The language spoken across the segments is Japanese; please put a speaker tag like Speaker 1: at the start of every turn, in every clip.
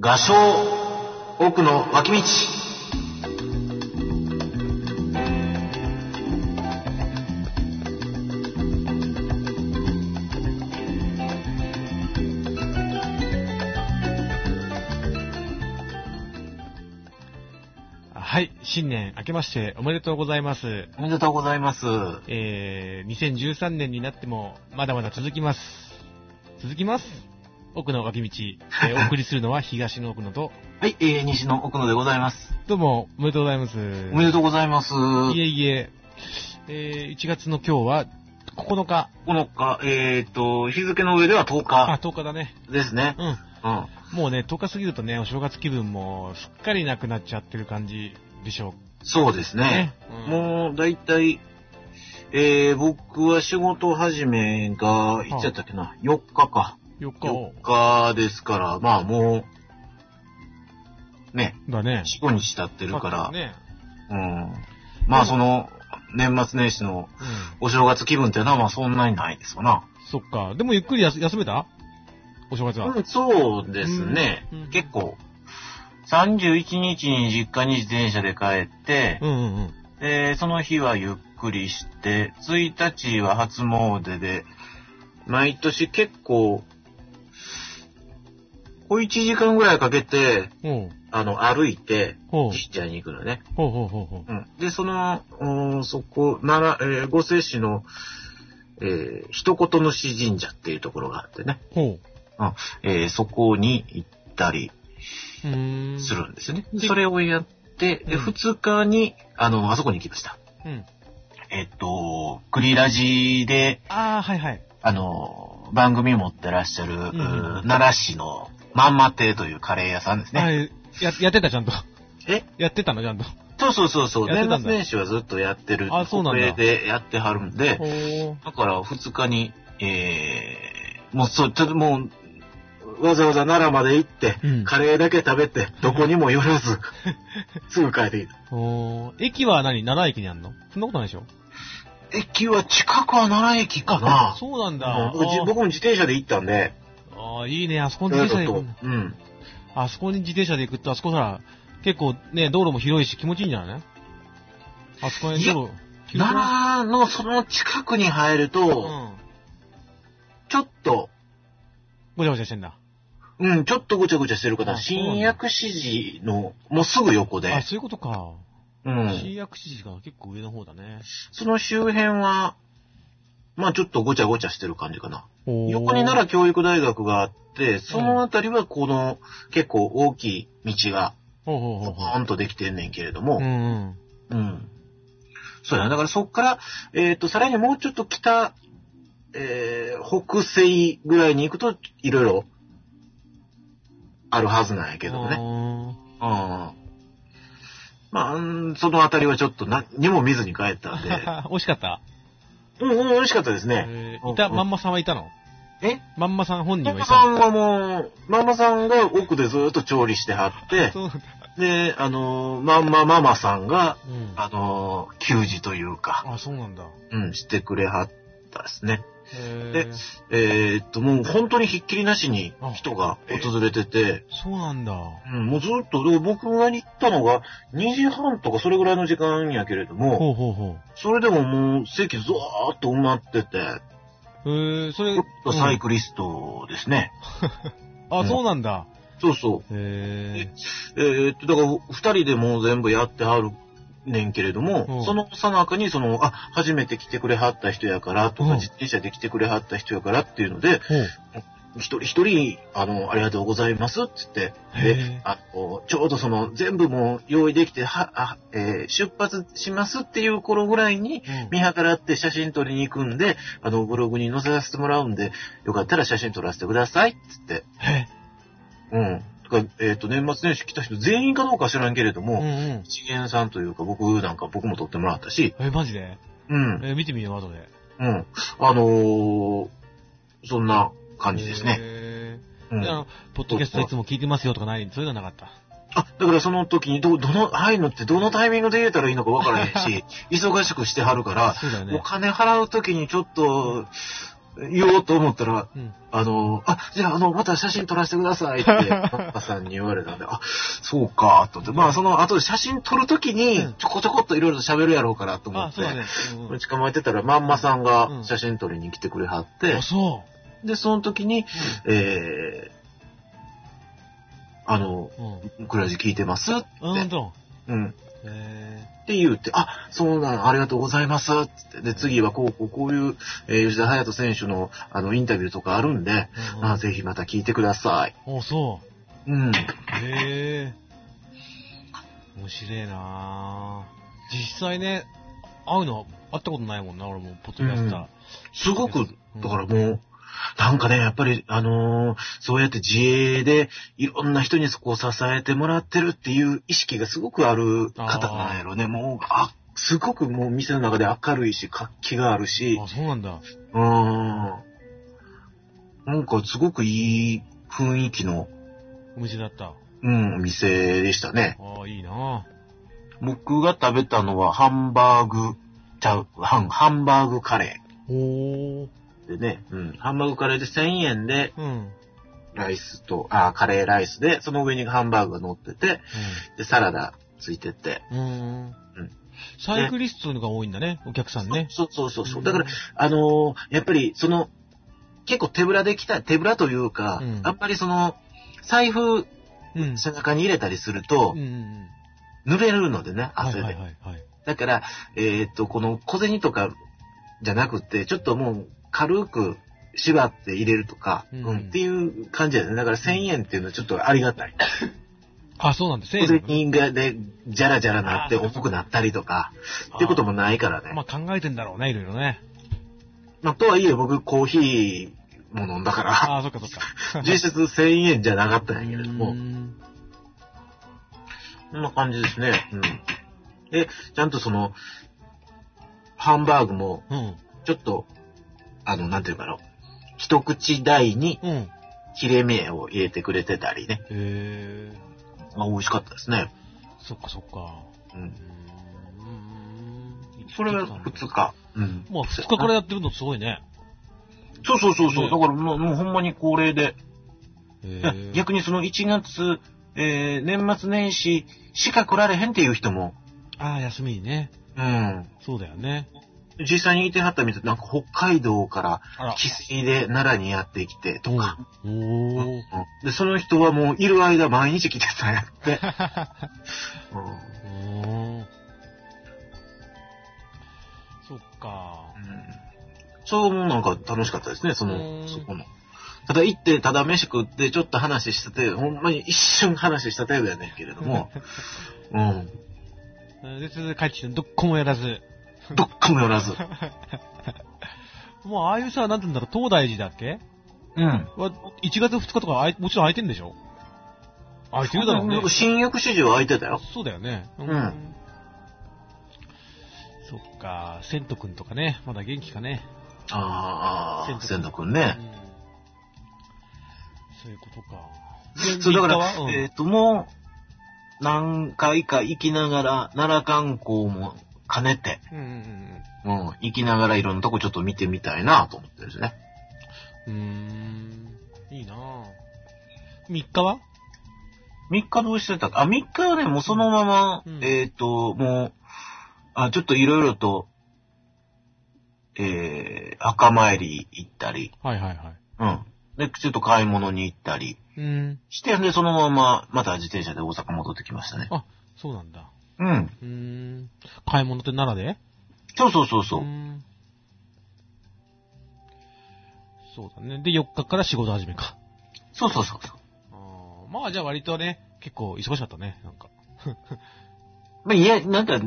Speaker 1: 画商奥の脇道
Speaker 2: はい、新年明けましておめでとうございます。
Speaker 1: おめでとうございます。
Speaker 2: えー、2013年になってもまだまだ続きます。続きます。奥の脇道、 えーお送りするのは 東の奥野と、
Speaker 1: はい、えー、西の奥野でございます。
Speaker 2: どうもおめでとうございます。
Speaker 1: おめでとうございます。
Speaker 2: いえいえ、えー、1月の今日は9日、
Speaker 1: 9日、えーと、日付の上では10
Speaker 2: あ、
Speaker 1: 日
Speaker 2: 10日だね。
Speaker 1: ですね。
Speaker 2: うん。
Speaker 1: うん。
Speaker 2: もうね、10日過ぎるとね、お正月気分もすっかりなくなっちゃってる感じでしょ
Speaker 1: そうです
Speaker 2: う
Speaker 1: ね
Speaker 2: ね。。うん
Speaker 1: もう、だいたい、えー、僕は仕事始めが、いっちゃったっけな、4日か。
Speaker 2: 4日を
Speaker 1: 4、日ですから、まあもう、ね、
Speaker 2: だね。
Speaker 1: 4、5日経ってるから、
Speaker 2: ね。
Speaker 1: うん。まあその、年末年始の
Speaker 2: うん。
Speaker 1: お正月気分っていうのはまあそんなにないですわな。
Speaker 2: そっか。でもゆっくりやす休めたお正月は。
Speaker 1: うん、そうですね。
Speaker 2: うん
Speaker 1: 結構、31日に実家に自転車で帰って
Speaker 2: う、んうんうん。
Speaker 1: でその日はゆっくりして、1日は初詣で、毎年結構、小1時間ぐらいかけて、
Speaker 2: おう
Speaker 1: あの、歩いて、
Speaker 2: ほう
Speaker 1: 神社に行くのね。
Speaker 2: ほうほうほうほう。
Speaker 1: うん、で、その、うんそこ、奈良、えー、五世市の、えー、一言の詩神社っていうところがあってね、
Speaker 2: ほ
Speaker 1: えーそこに行ったり
Speaker 2: う。うーん。
Speaker 1: す。るんですよね。
Speaker 2: で
Speaker 1: それをやって、で、
Speaker 2: うん
Speaker 1: 2日に、あの、あそこに行きました。
Speaker 2: うん。
Speaker 1: えっと、クリラジで、
Speaker 2: ああ、はいはい。
Speaker 1: あの、番組持ってらっしゃる、うん奈良市のまんま亭というカレー屋さんですね。
Speaker 2: はい。や、やってた、ちゃんと。
Speaker 1: え
Speaker 2: やってたの、ちゃんと。
Speaker 1: そうそうそうそう。
Speaker 2: やって
Speaker 1: 年
Speaker 2: たんだ
Speaker 1: 末年始はずっとやってる。
Speaker 2: あそうなんだ
Speaker 1: 国営でやってはるんで、
Speaker 2: ほう。
Speaker 1: だから2日に、えー、もうそう、ちょっともう、わざわざ奈良まで行って、
Speaker 2: うん
Speaker 1: カレーだけ食べて、どこにも寄らず、 すぐ帰ってきた。
Speaker 2: ほう。駅は何 ?7 駅にあんのそんなことないでしょ
Speaker 1: 駅は近くは奈良駅かな。
Speaker 2: そうなんだ。
Speaker 1: うん
Speaker 2: あ
Speaker 1: 僕じ僕も自転車で行ったんで、
Speaker 2: あー、いいね。あそこに自転車で行くんだ。
Speaker 1: うん。
Speaker 2: あそこに自転車で行くと、あそこさ、結構ね、道路も広いし気持ちいいんじゃないあそこに道路、広くな
Speaker 1: 奈良のその近くに入る
Speaker 2: い
Speaker 1: と、
Speaker 2: うん。
Speaker 1: ちょっと、
Speaker 2: ごちゃごちゃしてんだ。
Speaker 1: うん、ちょっとごちゃごちゃしてるから、
Speaker 2: あそうなんだ
Speaker 1: 新薬師寺の、もうすぐ横
Speaker 2: あ、
Speaker 1: で、
Speaker 2: そういうことか。
Speaker 1: うん。
Speaker 2: 新薬師が結構上の方だね。
Speaker 1: その周辺は、まあちょっとごちゃごちゃしてる感じかな。横
Speaker 2: 横
Speaker 1: に奈良教育大学があって、そのあたりはこの結構大きい道が
Speaker 2: ほうほうほ
Speaker 1: ポ
Speaker 2: うほ
Speaker 1: ーンとできてんねんけれども、
Speaker 2: う。う
Speaker 1: うん
Speaker 2: うん。
Speaker 1: そうやな。だからそっから、えっ、と、さらにもうちょっと北、えー、北西ぐらいに行くといろいろあるはずなんやけどね。
Speaker 2: ね。
Speaker 1: うん。まあ、うんそのあたりはちょっと何にも見ずに帰った んで、
Speaker 2: 惜しかった。
Speaker 1: うん、うん、美味しかったですね。
Speaker 2: えーいた、
Speaker 1: うん
Speaker 2: まんまさんはいたの
Speaker 1: え
Speaker 2: まんまさん本人
Speaker 1: マ
Speaker 2: はい
Speaker 1: マ
Speaker 2: た
Speaker 1: さ
Speaker 2: の
Speaker 1: んはもう、ママさんが奥でずっと調理してはって、
Speaker 2: そう
Speaker 1: で、あのー、まんまママさんが、
Speaker 2: うん
Speaker 1: あのー、給仕というか、
Speaker 2: あ、そうなんだ。
Speaker 1: うん、してくれはったですね。
Speaker 2: へ
Speaker 1: で
Speaker 2: ー
Speaker 1: えーっと、もう本当にひっきりなしに人が訪れてて、
Speaker 2: そうなんだ。
Speaker 1: うん、もうずっと、で僕が行ったのが2時半とかそれぐらいの時間やけれども、
Speaker 2: ほうほうほ
Speaker 1: それでももう席ずーっと埋まってて、
Speaker 2: う。えー、それ、
Speaker 1: サイクリストですね。
Speaker 2: うんあ、そうなんだ。
Speaker 1: そうそう。
Speaker 2: へえ。
Speaker 1: えーっと、だから、二人でもう全部やってはるねんけれども、
Speaker 2: うん
Speaker 1: そのさなかに、その、あ、初めて来てくれはった人やから、とか、
Speaker 2: うん
Speaker 1: 自転車で来てくれはった人やからっていうので、
Speaker 2: ほう。
Speaker 1: 一人一人、あの、ありがとうございますって言って、
Speaker 2: へ
Speaker 1: で
Speaker 2: え、
Speaker 1: あの、ちょうどその、全部もう用意できて、は、あ、えー出発しますっていう頃ぐらいに、
Speaker 2: うん
Speaker 1: 見計らって写真撮りに行くんで、あの、ブログに載せさせてもらうんで、よかったら写真撮らせてくださいって言って、
Speaker 2: へ
Speaker 1: うん。だからえーっ、と、年末年始来た人全員かどうか知らんけれども、
Speaker 2: うんうん。
Speaker 1: 一元さんというか僕なんか僕も撮ってもらったし、
Speaker 2: え、マジで
Speaker 1: うん、
Speaker 2: え、見てみよう、後で。
Speaker 1: うん。あのー、そんな感じですね。
Speaker 2: ね。
Speaker 1: う
Speaker 2: あ
Speaker 1: ん、あ、
Speaker 2: の、ポッドキャストいつも聞いてますよとかない、そういうのはなかった。
Speaker 1: だからその時にど、どの、入るのってどのタイミングで言えたらいいのかわからへんし、忙しくしてはるから、
Speaker 2: そうだよ
Speaker 1: お
Speaker 2: ね。
Speaker 1: 金払う時にちょっと、え言おうと思ったら、
Speaker 2: うん。
Speaker 1: あの、あ、じゃあ、あの、また写真撮らせてくださいって、ママさんに言われたんで、あ、そうか、と思って。まあ、その後で写真撮るとき
Speaker 2: う
Speaker 1: に
Speaker 2: ん、
Speaker 1: ちょこちょこっといろいろ喋るやろうからと思
Speaker 2: あ
Speaker 1: っ、て
Speaker 2: そう、だね。うんうん
Speaker 1: 捕まえてたら、まんまさん
Speaker 2: うん
Speaker 1: が写真撮りに来てくれはって
Speaker 2: あ、、そ
Speaker 1: で、その時に、えー、あの、
Speaker 2: う。うん。
Speaker 1: くらじ聞いてますって、
Speaker 2: うんと。
Speaker 1: うん。っ
Speaker 2: へ
Speaker 1: て言うて、あ、そうなの、ありがとうございます。つって、で、次はこう、こう、こういう、えー吉田隼人選手の、あの、インタビューとかあるんで、
Speaker 2: え。うんうん
Speaker 1: まあ、ぜひまた聞いてください。
Speaker 2: お、そう。
Speaker 1: うん。
Speaker 2: へえ。面白いなぁ実際ね、会うの、会ったことないもんな、俺も、ポッドキャスター。
Speaker 1: すごく、だから
Speaker 2: う
Speaker 1: もう、なんかね、やっぱり、あのーそうやって自営で、いろんな人にそこを支えてもらってるっていう意識がすごくある方なんやろね。もう、あ、すごくもう店の中で明るいし、活気があるし
Speaker 2: ん、あ、そうなんだ。
Speaker 1: うーん。なんかすごくいい雰囲気の、
Speaker 2: お店だった。
Speaker 1: うん、お店でしたね。
Speaker 2: ああ、いいな
Speaker 1: 僕が食べたのはハンバーグ、ちゃう、ハン、ハンバーグカレ
Speaker 2: ぁ。おー。
Speaker 1: ーでね、うん、ハンバーグカレーで1000円で、
Speaker 2: うん。うん。
Speaker 1: ライスと、あー、カレーライスで、その上にハンバーグが乗ってて、で、サラダついてて。
Speaker 2: うーん。サイクリストのが多いんだね、お客さんね。
Speaker 1: そうそうそうそう。
Speaker 2: ん
Speaker 1: だから、、あのーやっぱり、その、結構手ぶらで来た、手ぶらというか、
Speaker 2: うん
Speaker 1: あんまりその、財布、
Speaker 2: うん。
Speaker 1: 背中に入れたりすると
Speaker 2: うん、うんうん。
Speaker 1: 濡れるのでね、
Speaker 2: はい
Speaker 1: 汗で。
Speaker 2: はいはいはい。
Speaker 1: だから、えーっと、この小銭とかじゃなくて、ちょっともう軽く縛って入れるとか、
Speaker 2: う
Speaker 1: うんん、っていう感じだよね。だから1000円っていうのはちょっとありがたい。
Speaker 2: あ、そうなんだ、
Speaker 1: 小
Speaker 2: 1000
Speaker 1: 銭
Speaker 2: 円。
Speaker 1: がで、じゃらじゃらなって
Speaker 2: あー
Speaker 1: 重くなったりとか、ってこともないから
Speaker 2: あー。
Speaker 1: ね
Speaker 2: ま。あ考えてんだろうね、いろいろね。
Speaker 1: まあ、とはいえ僕コーヒーも飲んだか
Speaker 2: ああ、そっかそっか。
Speaker 1: ら、実質1000円じゃなかったんやけれど
Speaker 2: うー
Speaker 1: も、
Speaker 2: ん
Speaker 1: こんな感じですね。うん。で、ちゃんとその、ハンバーグも、
Speaker 2: うん。
Speaker 1: ちょっと、あの、なんていうかな、一口大に
Speaker 2: うん。へ
Speaker 1: 切れ目を入れてくれてたりね。
Speaker 2: え。
Speaker 1: まあ、美味しかったですね。
Speaker 2: そっかそっか。
Speaker 1: うん。
Speaker 2: うーん
Speaker 1: それが2。日。うん。
Speaker 2: まあ、2日からやってるのすごいね。
Speaker 1: そうそうそうそう。
Speaker 2: ね
Speaker 1: だからもう、もうほんまに恒例で、
Speaker 2: へ
Speaker 1: ね
Speaker 2: ー
Speaker 1: 逆にその1月、えー年末年始しか来られへんっていう人も、
Speaker 2: ああ、休みにね。
Speaker 1: うん。
Speaker 2: そうだよね。
Speaker 1: 実際にいてはったみたいなんか北海道から
Speaker 2: あら。
Speaker 1: 帰省で奈良にやってきてとか、
Speaker 2: うんおー。
Speaker 1: うんで、その人はもういる間毎日来てたんやって。 うん
Speaker 2: うーん そっか。
Speaker 1: うんそうもなんか楽しかったですね、そ
Speaker 2: うん
Speaker 1: の、そこの。ただ行って、ただ飯食って、ちょっと話した程度、ほんまに一瞬話した程度やねんけれど も、うん。
Speaker 2: で、それで帰ってきて、どっこもやらず。
Speaker 1: どっかもよらず。
Speaker 2: もう、ああいうさ、なんて言うんだろう、東大寺だっけ
Speaker 1: うん。
Speaker 2: は、1月2日とかあい、もちろん空いてんでしょ空いてるだろうね。
Speaker 1: 新薬市場空いてたよ。。
Speaker 2: そうだよね。うんそっか、セントくんとかね、まだ元気かね。
Speaker 1: ああ、
Speaker 2: 千
Speaker 1: 千
Speaker 2: 田
Speaker 1: 田
Speaker 2: く
Speaker 1: くん
Speaker 2: う
Speaker 1: ね。
Speaker 2: ん。そういうことか。
Speaker 1: そう、だから、
Speaker 2: 三日はうん
Speaker 1: えっ、と、もう、何回か行きながら、奈良観光も兼ねて、
Speaker 2: うんうん
Speaker 1: うん、行きながらいろんなとこちょっと見てみたいなと思ってるんですね。
Speaker 2: うんうん。うーん、いいなぁ。3日は
Speaker 1: 3日どうしてたかあ、3日はね、もうそのまま、
Speaker 2: うん
Speaker 1: えっ、と、もう、あ、ちょっといろいろと、えー、墓参り行ったり、
Speaker 2: はいはいは
Speaker 1: うん。で、ちょっと買い物に行ったり
Speaker 2: い。うん。
Speaker 1: して、で、そのまま、また自転車で大阪戻ってきましたね。
Speaker 2: そうなんだ。
Speaker 1: うん。
Speaker 2: うーん。買い物って奈良で
Speaker 1: そうそうそうそう
Speaker 2: ー。んそうだね。で、4日から仕事始めか。
Speaker 1: そうそうそうそう。
Speaker 2: あーまあじゃあ割とね、結構忙しかったね、なんか。
Speaker 1: まあ、いや、なんか、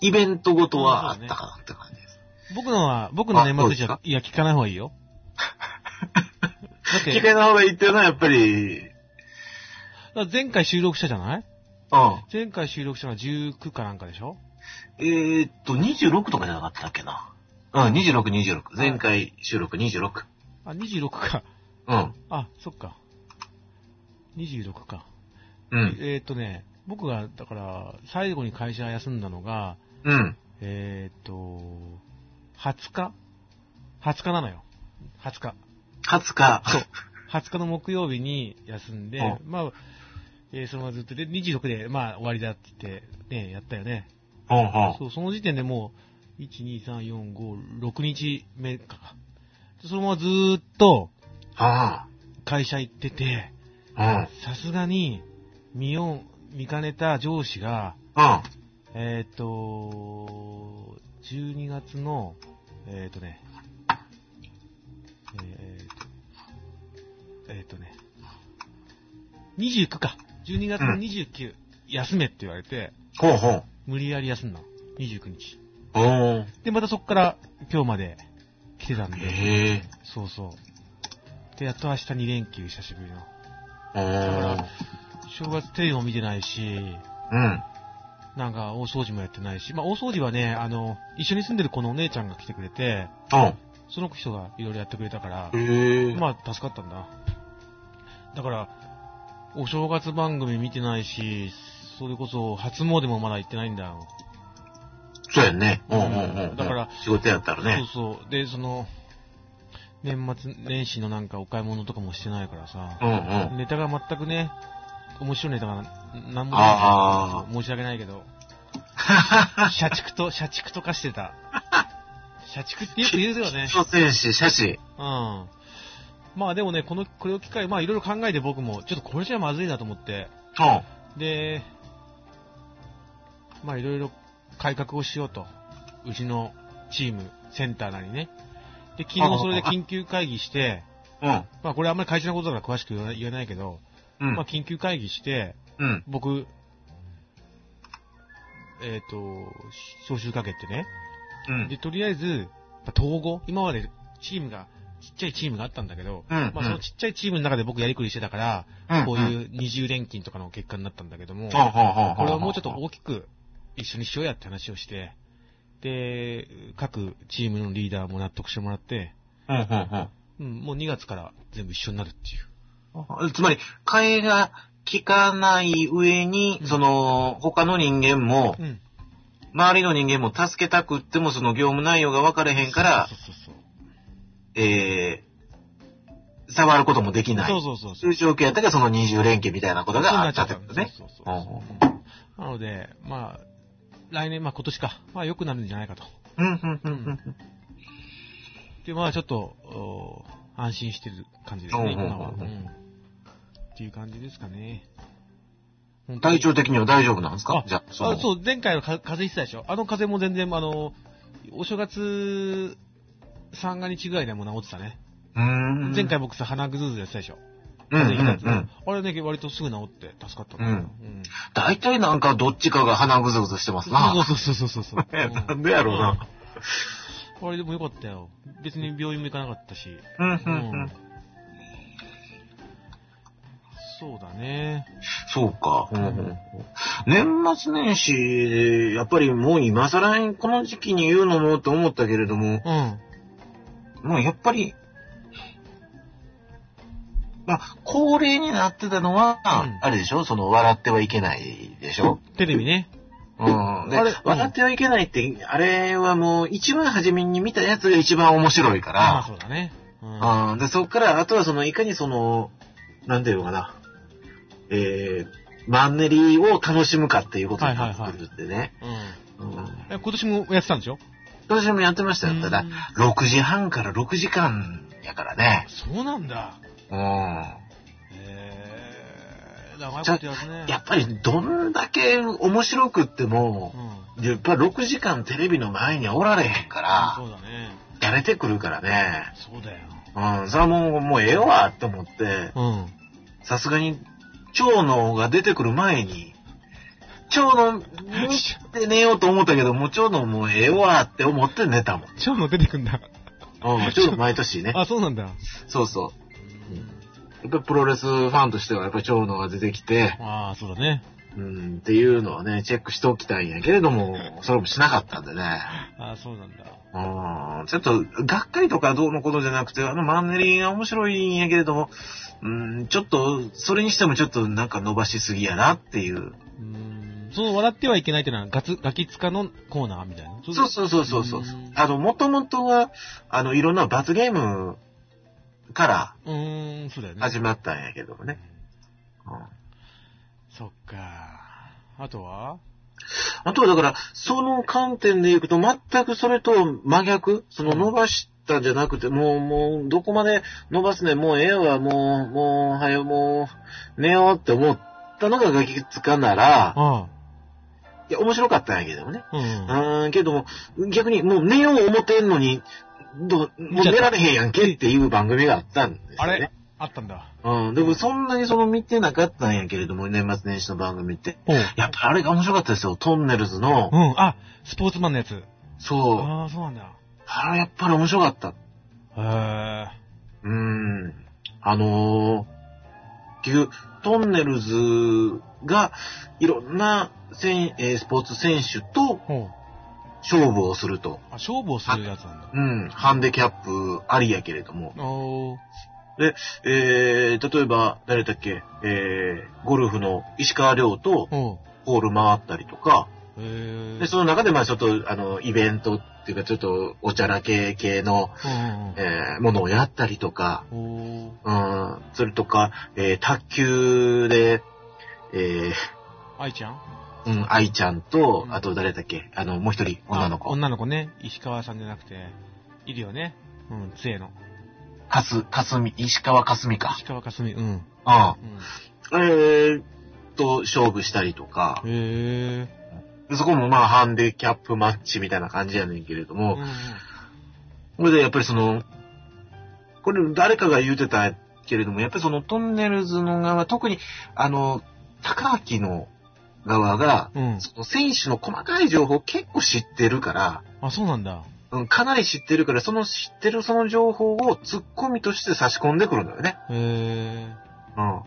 Speaker 1: イベントごとはあったかなって感じです。
Speaker 2: 僕のは、僕の年
Speaker 1: あそう
Speaker 2: 末
Speaker 1: です
Speaker 2: じゃ
Speaker 1: か、
Speaker 2: いや、聞かない方がい いよ。だって、
Speaker 1: 機械の方がいいっていうのはやっぱり、うん。
Speaker 2: だから前回収録したじゃない前回収録したのは19かなんかでしょ
Speaker 1: えーっと、26とかじゃなかったっけな。うん、26、26。前回収録26。
Speaker 2: あ、26か。
Speaker 1: うん。
Speaker 2: あ、そっか。26か。
Speaker 1: うん。
Speaker 2: えーっとね、僕が、だから、最後に会社休んだのが、
Speaker 1: うん。
Speaker 2: えーっと、20日 ?20 日なのよ。 20日。
Speaker 1: 20日。
Speaker 2: そう。20日の木曜日に休んで、
Speaker 1: う
Speaker 2: まあ、えーそのままずっとで、26で、まあ、終わりだって言って、ね、やったよね。
Speaker 1: ほんほん。
Speaker 2: そう、その時点でもう、1、2、3、4、5、6日目か。そのままずーっと
Speaker 1: あ
Speaker 2: 会社行ってて、
Speaker 1: あ。うん。
Speaker 2: さすがに、見よう、見かねた上司が、
Speaker 1: うん。
Speaker 2: えーっ、と、12月の、えーっ、とね、えーっ、と、えーっとね、29か。12月の29、休めって言われて、
Speaker 1: ほんほん。
Speaker 2: 無理やり休んだの。29日。
Speaker 1: おー。
Speaker 2: で、またそこから今日まで来てたんで、
Speaker 1: ええ
Speaker 2: そうそう。で、やっと明日2連休、久しぶりの。
Speaker 1: ー。おー。
Speaker 2: 正月テレビも見てない
Speaker 1: う
Speaker 2: し、
Speaker 1: ん。
Speaker 2: なんか大掃除もやってないし、まあ大掃除はね、あの、一緒に住んでる子のお姉ちゃんが来てくれて、その人がいろいろやってくれたから
Speaker 1: う、ん。ええー。
Speaker 2: まあ助かったんだ。だから、お正月番組見てないし、それこそ初詣もまだ行ってないんだよ。
Speaker 1: そうやんね。うんうんうん。
Speaker 2: だから、
Speaker 1: 仕事やったらね。
Speaker 2: そうそう。で、その、年末年始のなんかお買い物とかもしてないからさ、
Speaker 1: うんうん。
Speaker 2: ネタが全くね、面白いネタがなんなんも
Speaker 1: あ
Speaker 2: ない。申し訳ないけど、社畜と、社畜と化してた。社畜ってよく言うよね。
Speaker 1: 挑戦士、写真。
Speaker 2: うん。まあでもね、この、これを機会、まあいろいろ考えて僕も、ちょっとこれじゃまずいなと思って、
Speaker 1: うん。
Speaker 2: で、まあいろいろ改革をしようと。うちのチーム、センターなりね。で、昨日それで緊急会議して、
Speaker 1: うん。
Speaker 2: まあこれあんまり会社のことだから詳しく言わない言えないけど、
Speaker 1: うん
Speaker 2: まあ緊急会議して、
Speaker 1: うん。
Speaker 2: 僕、えっ、と、招集かけてね。
Speaker 1: うん。
Speaker 2: で、とりあえず、やっぱ統合今までチームが、ちっちゃいチームがあったんだけど、
Speaker 1: うん
Speaker 2: まあそのちっちゃいチームの中で僕やりくりしてたから、こういう二重連勤とかの結果になったんだけども、
Speaker 1: うん。うんうんうん。
Speaker 2: これをもうちょっと大きく一緒にしようやって話をして、で、各チームのリーダーも納得してもらって、
Speaker 1: うんうん
Speaker 2: うん、もう2月から全部一緒になるっていう。
Speaker 1: うん。つまり、替えが効かない上に、その、他の人間も、
Speaker 2: うん。
Speaker 1: 周りの人間も助けたくっても、その業務内容が分かれへんから
Speaker 2: そ、うそうそう。
Speaker 1: えー、触ることもできない。
Speaker 2: そう
Speaker 1: そ
Speaker 2: そうそうそう
Speaker 1: ういう状況やったけど、その二重連携みたいなこと
Speaker 2: そう
Speaker 1: が
Speaker 2: な
Speaker 1: あ
Speaker 2: っ
Speaker 1: っ
Speaker 2: ち
Speaker 1: ち
Speaker 2: ゃ
Speaker 1: ゃっ
Speaker 2: っ
Speaker 1: たた
Speaker 2: ん
Speaker 1: ん
Speaker 2: だ
Speaker 1: ですね。
Speaker 2: そうそう
Speaker 1: う
Speaker 2: そ
Speaker 1: ん
Speaker 2: うそうなので、まあ、来年、まあ今年か、まあ良くなるんじゃないかと。
Speaker 1: うんうんうんうん
Speaker 2: で、まあちょっと、お安心してる感じです
Speaker 1: うんう
Speaker 2: ね、
Speaker 1: んうん
Speaker 2: 今は。うん。っていう感じですかね。
Speaker 1: うん体調
Speaker 2: で
Speaker 1: 的には大丈夫なんですか
Speaker 2: あ
Speaker 1: じゃあ、
Speaker 2: あそう、前回のか風邪ひいてたでしょ。あの風邪も全然、あの、お正月、三が日ぐらいでもう治ってたね。
Speaker 1: うーん。
Speaker 2: 前回僕さ、鼻ぐずずやってたでしょ。
Speaker 1: うんうん
Speaker 2: 風邪ひいた
Speaker 1: う
Speaker 2: や
Speaker 1: ん。
Speaker 2: つ。あれね、割とすぐ治って助かったんだ
Speaker 1: う
Speaker 2: けど
Speaker 1: ん
Speaker 2: うん。
Speaker 1: 大体なんかどっちかが鼻ぐずぐずしてますな。
Speaker 2: そうそうそうそ うそうそう。
Speaker 1: ね
Speaker 2: うん
Speaker 1: なんでやろうな。
Speaker 2: うんあれでもよかったよ。別に病院も行かなかったし。
Speaker 1: うんうん
Speaker 2: うんそうだね。
Speaker 1: そうか、
Speaker 2: うん
Speaker 1: 年末年始、やっぱりもう今更にこの時期に言うのもと思ったけれども、
Speaker 2: うん。
Speaker 1: もうやっぱり、まあ、恒例になってたのは、
Speaker 2: うん
Speaker 1: あれでしょその、笑ってはいけないでしょ
Speaker 2: テレビね。
Speaker 1: うん。で
Speaker 2: あれうん
Speaker 1: 笑ってはいけないって、あれはもう、一番初めに見たやつが一番面白いか
Speaker 2: まあ
Speaker 1: ら、
Speaker 2: そうだね。うん。
Speaker 1: うん、で、そこから、あとはその、いかにその、なんていうのかな、えー、マンネリを楽しむかっていうことになってくるんでね。
Speaker 2: うん
Speaker 1: うん
Speaker 2: え今年もやってたんでしょ
Speaker 1: 私もやってましたよ。ただ
Speaker 2: うん、
Speaker 1: 6時半から6時間やからね。
Speaker 2: そうなんだ。
Speaker 1: うん。
Speaker 2: えー、長いことやるね。
Speaker 1: やっぱりどんだけ面白くっても
Speaker 2: う、ん。
Speaker 1: やっぱ6時間テレビの前にはおられへんから、
Speaker 2: そうだね。
Speaker 1: 慣れてくるからね。
Speaker 2: そうだよ。
Speaker 1: うん、それはもう、もうええわって思って、
Speaker 2: うん。
Speaker 1: さすがに、蝶野が出てくる前に、蝶野見て寝ようと思ったけど、もう蝶野もうええわって思って寝たもん。
Speaker 2: 蝶も出てくんだ。
Speaker 1: うん、蝶野毎年ね。
Speaker 2: あ、そうなんだ。
Speaker 1: そうそう。やっぱりプロレスファンとしては、やっぱり長野が出てきて、
Speaker 2: ああ、そうだね。
Speaker 1: うん、っていうのはね、チェックしておきたいんやけれども、それもしなかったんでね。
Speaker 2: ああ、そうなんだ。
Speaker 1: うん、ちょっと、がっかりとかどうのことじゃなくて、あのマンネリが面白いんやけれども、うん、ちょっと、それにしてもちょっとなんか伸ばしすぎやなっていう。
Speaker 2: うーん。その笑ってはいけないってのはガツ、ガキツカのコーナーみたいな。
Speaker 1: そうそうそうそうそう
Speaker 2: うん。
Speaker 1: あの、もともとは、あの、いろんな罰ゲームから
Speaker 2: うーん、そうだよね。
Speaker 1: 始まったんやけどもね。うん
Speaker 2: そっか。あとは
Speaker 1: あとはだから、その観点でいくと、全くそれと真逆、その伸ばしたんじゃなくて、もう、もう、どこまで伸ばすねん、もうええわ、もう、もう、はよ、もう、寝ようって思ったのがガキつかなら、
Speaker 2: あ
Speaker 1: いや、面白かったんやけどね。
Speaker 2: あ。うん。
Speaker 1: うーん、けども、逆に、もう寝よう思ってんのに、どうもう寝られへんやんけっていう番組があったんですよね。
Speaker 2: あれあったんだ。
Speaker 1: うん、でもそんなにその見てなかったんやけれども、年末年始の番組って。
Speaker 2: おう。
Speaker 1: やっぱりあれが面白かったですよ、トンネルズの
Speaker 2: う。ん。あ、スポーツマンのやつ。
Speaker 1: そう。
Speaker 2: ああ、そうなんだ。
Speaker 1: あれやっぱり面白かった。
Speaker 2: へ
Speaker 1: うーん。あのー、結局、トンネルズが、いろんな選、えースポーツ選手と
Speaker 2: え。おう。
Speaker 1: 勝負をすると。
Speaker 2: あ、勝負をするやつなんだ。
Speaker 1: うん、ハンデキャップありやけれども。
Speaker 2: おー。
Speaker 1: えー、例えば、誰だっけ、えー、ゴルフの石川亮と
Speaker 2: おう。
Speaker 1: ホール回ったりとか、
Speaker 2: へえ。
Speaker 1: で、その中で、まあちょっと、あの、イベントっていうか、ちょっと、おちゃらけ系の、
Speaker 2: うん
Speaker 1: えーものをやったりとか、
Speaker 2: うんうん。おー。
Speaker 1: うん、それとか、えー卓球で、え
Speaker 2: 愛ちゃん
Speaker 1: ー、うん、愛ちゃんと
Speaker 2: う、ん
Speaker 1: あと誰だっけあの、もう一人、女の
Speaker 2: あ
Speaker 1: 子。
Speaker 2: 女の子ね。石川さんじゃなくて、いるよね。うん、杖の。
Speaker 1: かす、かすみ、石川かすみか
Speaker 2: 石。川かすみ。うん。
Speaker 1: う
Speaker 2: う
Speaker 1: ん。えー、と、勝負したりとか、
Speaker 2: ん。へえ。
Speaker 1: そこもまあ、ハンデキャップマッチみたいな感じやねんけれど
Speaker 2: うんう
Speaker 1: も、
Speaker 2: ん
Speaker 1: これでやっぱりその、これ誰かが言うてたけれども、やっぱりそのトンネルズの側、特に、あの、高明の側が、
Speaker 2: うん。
Speaker 1: その選手の細かい情報を結構知ってるから、
Speaker 2: あ、そうなんだ。
Speaker 1: うん、かなり知ってるから、その知ってるその情報をツッコミとして差し込んでくるんだよね。
Speaker 2: へえ。
Speaker 1: うん。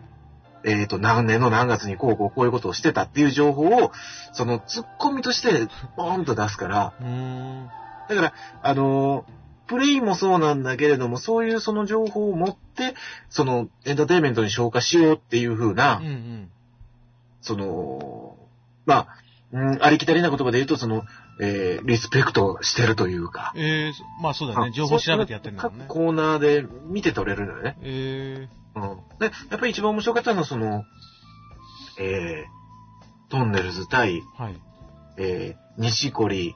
Speaker 1: えっ、と、何年の何月にこうこうこういうことをしてたっていう情報を、そのツッコミとしてボーンと出すから、
Speaker 2: うーん。
Speaker 1: だから、あのープレイもそうなんだけれども、そういうその情報を持って、そのエンターテインメントに消化しようっていう風な
Speaker 2: うんう、ん。
Speaker 1: その、まあ、うん、ありきたりな言葉で言うと、その、えーリスペクトしてるというか。
Speaker 2: ええ、そまあそうだね。情報調べてやってんだもんね
Speaker 1: 各。コーナーで見て取れるのよね。
Speaker 2: え
Speaker 1: う
Speaker 2: え。
Speaker 1: ん。で、やっぱり一番面白かったのは、その、えー、トンネルズ対、
Speaker 2: はい。
Speaker 1: えー、西堀、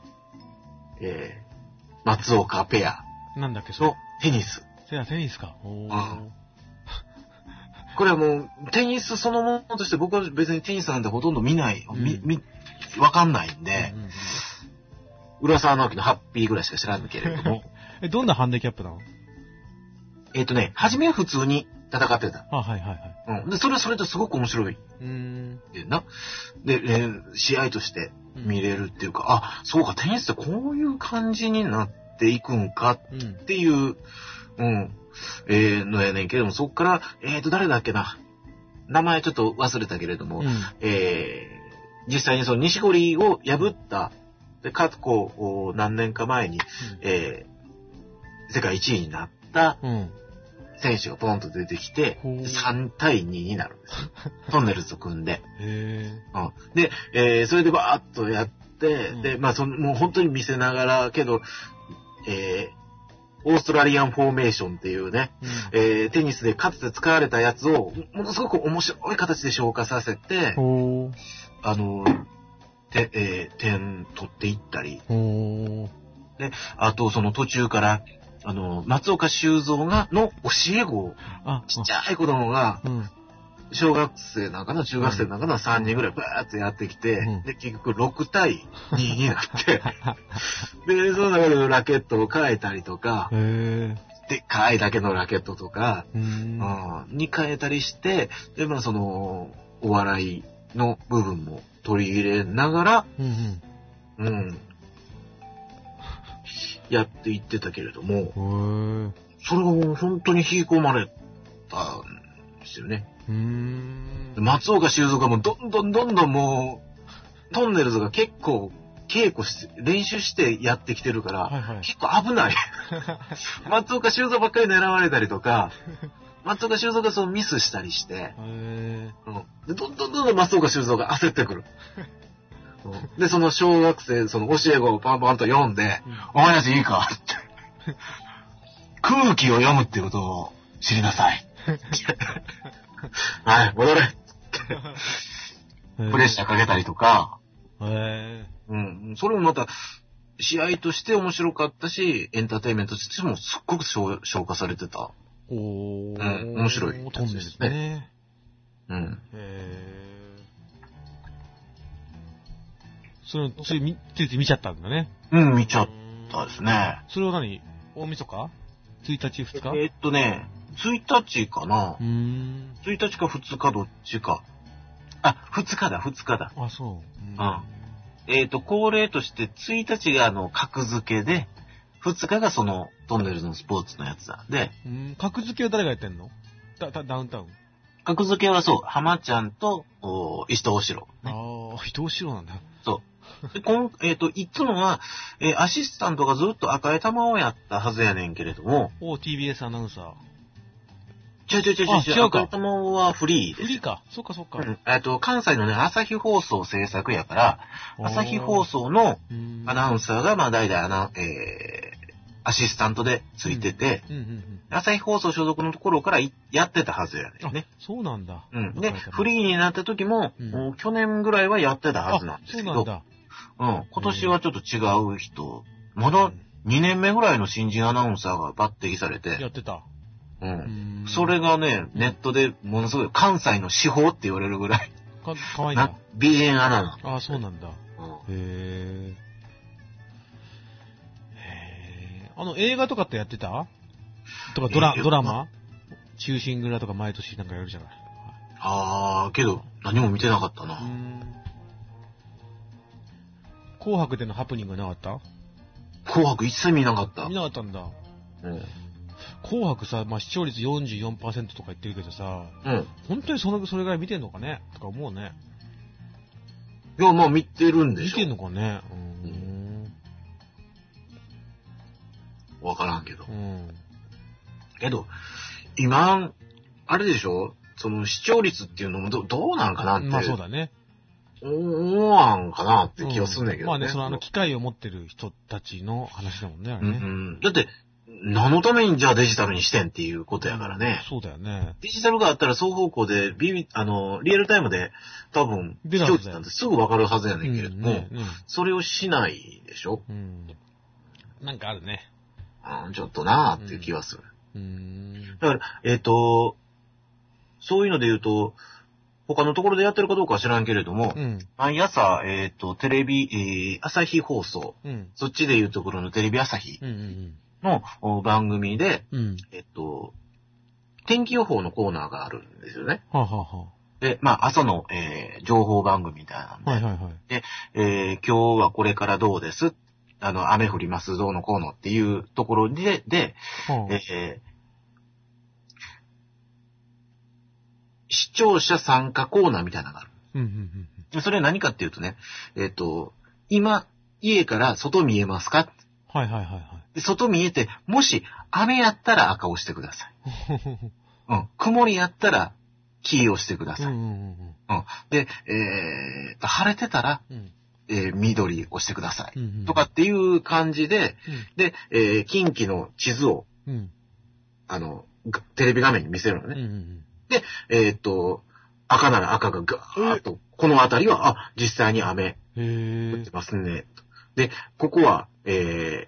Speaker 1: えー、松岡ペア
Speaker 2: なんだっけ、そ
Speaker 1: の
Speaker 2: う。
Speaker 1: テニス。
Speaker 2: せや、テニスか。おー
Speaker 1: あ。これはもう、テニスそのものとして僕は別にテニスなんてほとんど見ない、
Speaker 2: うん
Speaker 1: み、み、わかんないんで
Speaker 2: う、んうんうん
Speaker 1: 浦沢直樹のハッピーぐらいしか知らんけれども、
Speaker 2: え、どんなハンディキャップなの
Speaker 1: えっとね、初めは普通に戦ってた。
Speaker 2: あ、はいはいはい。
Speaker 1: うん。で、それはそれですごく面白い。
Speaker 2: うーん。
Speaker 1: でな。で、えー試合として
Speaker 2: うん
Speaker 1: 見れるっていうか、あ、そうか、テニスってこういう感じになっていくんか
Speaker 2: うん。
Speaker 1: っていう、うん、えーのやねんけれども、そっから、えーと、誰だっけな。名前ちょっと忘れたけれども、
Speaker 2: うん。
Speaker 1: えー実際にその西堀を破った、で、過去お何年か前に、えー世界1位になった
Speaker 2: うん。
Speaker 1: 選手がポンと出てきて、
Speaker 2: ほう
Speaker 1: 3対2になるんです。トンネルズと組んで。
Speaker 2: へ
Speaker 1: うんで、えーそれでバーッとやって、
Speaker 2: うん
Speaker 1: で、まあ、その、もう本当に見せながら、けど、えーオーストラリアンフォーメーションっていうね、
Speaker 2: え。うん
Speaker 1: えーテニスでかつて使われたやつを、ものすごく面白い形で消化させて、
Speaker 2: おー。
Speaker 1: あの、て、えー点取っていったり、
Speaker 2: おー。
Speaker 1: あと、その途中から、あの、松岡修造が、の教え子、
Speaker 2: あ、
Speaker 1: ちっちゃい子供が、
Speaker 2: あうん。
Speaker 1: 小学生なんかな、中学生なんかな、3人ぐらいバーってやってきて、
Speaker 2: うん
Speaker 1: で、結局6対2になって、 で、その中でラケットを変えたりとか
Speaker 2: へ、え。
Speaker 1: でっかいだけのラケットとか、
Speaker 2: うーん。
Speaker 1: うんに変えたりして、で、まあその、お笑いの部分も取り入れながら、
Speaker 2: うんうん。
Speaker 1: うん、やっていってたけれども、
Speaker 2: へえ。
Speaker 1: それがもう本当に引き込まれたんですよね。
Speaker 2: うーん。
Speaker 1: 松岡修造がもうどんどんどんどんもう、トンネルズが結構稽古して、練習してやってきてるから、
Speaker 2: はいはい。
Speaker 1: 結構危 ない。松岡修造ばっかり狙われたりとか、松岡修造がそのミスしたりして、
Speaker 2: へ
Speaker 1: うんでどんどんどんどん松岡修造が焦ってくる。うんで、その小学生、その教え子をパンパンと読んで、
Speaker 2: え。
Speaker 1: お前たちいいかって。空気を読むっていうことを知りなさ い。はい、戻れ。プレッシャーかけたりとか、
Speaker 2: へ
Speaker 1: うん、それもまた、試合として面白かったし、エンターテインメントとしてもすっごく消消化されてた。
Speaker 2: ーおー
Speaker 1: うん面白いやつ
Speaker 2: トンネルですね。
Speaker 1: うん。
Speaker 2: へーそれをつい見、ついつい見ちゃったんだね。
Speaker 1: うん、見ちゃったですね。
Speaker 2: それは何大晦日 ?1 日
Speaker 1: え
Speaker 2: ?2 日
Speaker 1: ーっとね、1日かな
Speaker 2: うーん。
Speaker 1: ?1 日か2日どっちか。あ、2日だ、2日だ。
Speaker 2: あ、そう。うん
Speaker 1: あえーっと、恒例として1日があの、格付けで、2日がその、トンネルズのスポーツのやつなんで、
Speaker 2: うん。格付けは誰がやってんのだ、だ、ダウンタウン。
Speaker 1: 格付けはそう、浜ちゃんと、お石戸おしろ。ね
Speaker 2: ああ、人をしろなんだ。
Speaker 1: でこんえーっと、いつもは、えーアシスタントがずっと赤い玉をやったはずやねんけれども、
Speaker 2: お TBS アナウンサ
Speaker 1: 違う違う違う
Speaker 2: あ
Speaker 1: 違う、
Speaker 2: 違うか
Speaker 1: 赤い玉はフリー
Speaker 2: ー。
Speaker 1: で
Speaker 2: フ
Speaker 1: す
Speaker 2: リーか。そっかそっか。
Speaker 1: うんえっと、関西のね、朝日放送制作やから、朝日放送の
Speaker 2: うん
Speaker 1: アナウンサーが、まあ、代々アナ、えー、アシスタントでついてて、
Speaker 2: うんうんうん。
Speaker 1: 朝日放送所属のところからいやってたはずやね
Speaker 2: あ
Speaker 1: んね。
Speaker 2: そうなんだ。
Speaker 1: うん。で、
Speaker 2: わかる
Speaker 1: フリーになった時も、
Speaker 2: うん
Speaker 1: もう去年ぐらいはやってたはずな
Speaker 2: あ
Speaker 1: ん、です
Speaker 2: そう
Speaker 1: け
Speaker 2: なん
Speaker 1: ど、
Speaker 2: だ。
Speaker 1: うん今年はちょっと違う人、ま
Speaker 2: う
Speaker 1: だ
Speaker 2: ん
Speaker 1: 2年目ぐらいの新人アナウンサーが抜擢され
Speaker 2: や
Speaker 1: て、
Speaker 2: ってた。
Speaker 1: う。
Speaker 2: うんん
Speaker 1: それがね、ネットでものすごい関西の司法って言われるぐらい、
Speaker 2: か、かわいいん
Speaker 1: な
Speaker 2: だ。
Speaker 1: 美人アナ
Speaker 2: あそうなんだ。
Speaker 1: の。うん
Speaker 2: へえ。へえ。あの、映画とかってやってたとかドラ
Speaker 1: え、ー
Speaker 2: ドラマ中心蔵とか毎年なんかやるじゃない。
Speaker 1: あー、けど、何も見てなかった
Speaker 2: う
Speaker 1: な。
Speaker 2: ん。紅白でのハプニングなかった
Speaker 1: 紅白一切見なかった
Speaker 2: 見。なかったんだ。
Speaker 1: うん。
Speaker 2: 紅白さ、まあ、視聴率44%とか言ってるけどさ、
Speaker 1: うん。
Speaker 2: 本当にそのそれぐらい見てんのかねとか思うね。
Speaker 1: いや、まあ見てるんで
Speaker 2: 見
Speaker 1: して
Speaker 2: ん
Speaker 1: ょ。
Speaker 2: のかねうーん。
Speaker 1: わからんけど
Speaker 2: う。ん。
Speaker 1: けど、今、あれでしょその視聴率っていうのもどどうなんかなって。
Speaker 2: まあそうだね。
Speaker 1: 思わんかなって気がすんねんけど、ね
Speaker 2: まあね、そのあの機械を持ってる人たちの話だもんね、あ
Speaker 1: う
Speaker 2: れ
Speaker 1: ん
Speaker 2: ね。
Speaker 1: うん。だって、何のためにじゃあデジタルにしてんっていうことやからね。
Speaker 2: そうだよね。
Speaker 1: デジタルがあったら双方向で、ビビ、あの、リアルタイムで多分、
Speaker 2: 出
Speaker 1: 視
Speaker 2: たは
Speaker 1: 聴
Speaker 2: ず
Speaker 1: 率
Speaker 2: だよ
Speaker 1: なんてすぐわかるはずやねんけれども、
Speaker 2: ねね
Speaker 1: それをしないでしょ
Speaker 2: うん。なんかあるね。
Speaker 1: うん、ちょっとなーっていう気はする。
Speaker 2: うーん。
Speaker 1: えっ、と、そういうので言うと、他のところでやってるかどうかは知らんけれども、
Speaker 2: うん。
Speaker 1: 毎朝、えっ、と、テレビ、えー朝日放送、
Speaker 2: うん。
Speaker 1: そっちで言うところのテレビ朝日
Speaker 2: うん。うん
Speaker 1: のお番組で、
Speaker 2: うん。うん。
Speaker 1: えっ、と、天気予報のコーナーがあるんですよね。
Speaker 2: はあ、はあは
Speaker 1: で、まあ、朝の、えー情報番組みたいなん
Speaker 2: あ、
Speaker 1: で、
Speaker 2: はいはいはい。
Speaker 1: えー今日はこれからどうですあの、雨降ります、どうのこうのっていうところで、で、
Speaker 2: はあ、
Speaker 1: えー視聴者参加コーナーみたいなのがあ
Speaker 2: うんうんうんうん。
Speaker 1: る。それ何かっていうとね、えっ、と、今、家から外見えますか
Speaker 2: はいはいはい
Speaker 1: で外見えて、もし雨やったら赤を押してください。
Speaker 2: はい。
Speaker 1: うん。曇りやったら黄を押してくだ
Speaker 2: うん
Speaker 1: さ
Speaker 2: う
Speaker 1: い。
Speaker 2: んうん
Speaker 1: で、えーと、晴れてたら、
Speaker 2: うん。うん
Speaker 1: えー緑押してください。
Speaker 2: うんうん。
Speaker 1: とかっていう感じで、
Speaker 2: うん。
Speaker 1: で、えー近畿の地図を、
Speaker 2: うん。
Speaker 1: あの、がテレビ画面に見せるのね。
Speaker 2: うんうん
Speaker 1: えーっと、赤なら赤がガーッと、この辺りは、あ、実際に雨
Speaker 2: う
Speaker 1: 降
Speaker 2: ん。へ
Speaker 1: っ
Speaker 2: え
Speaker 1: て。ますね。で、ここは、えー、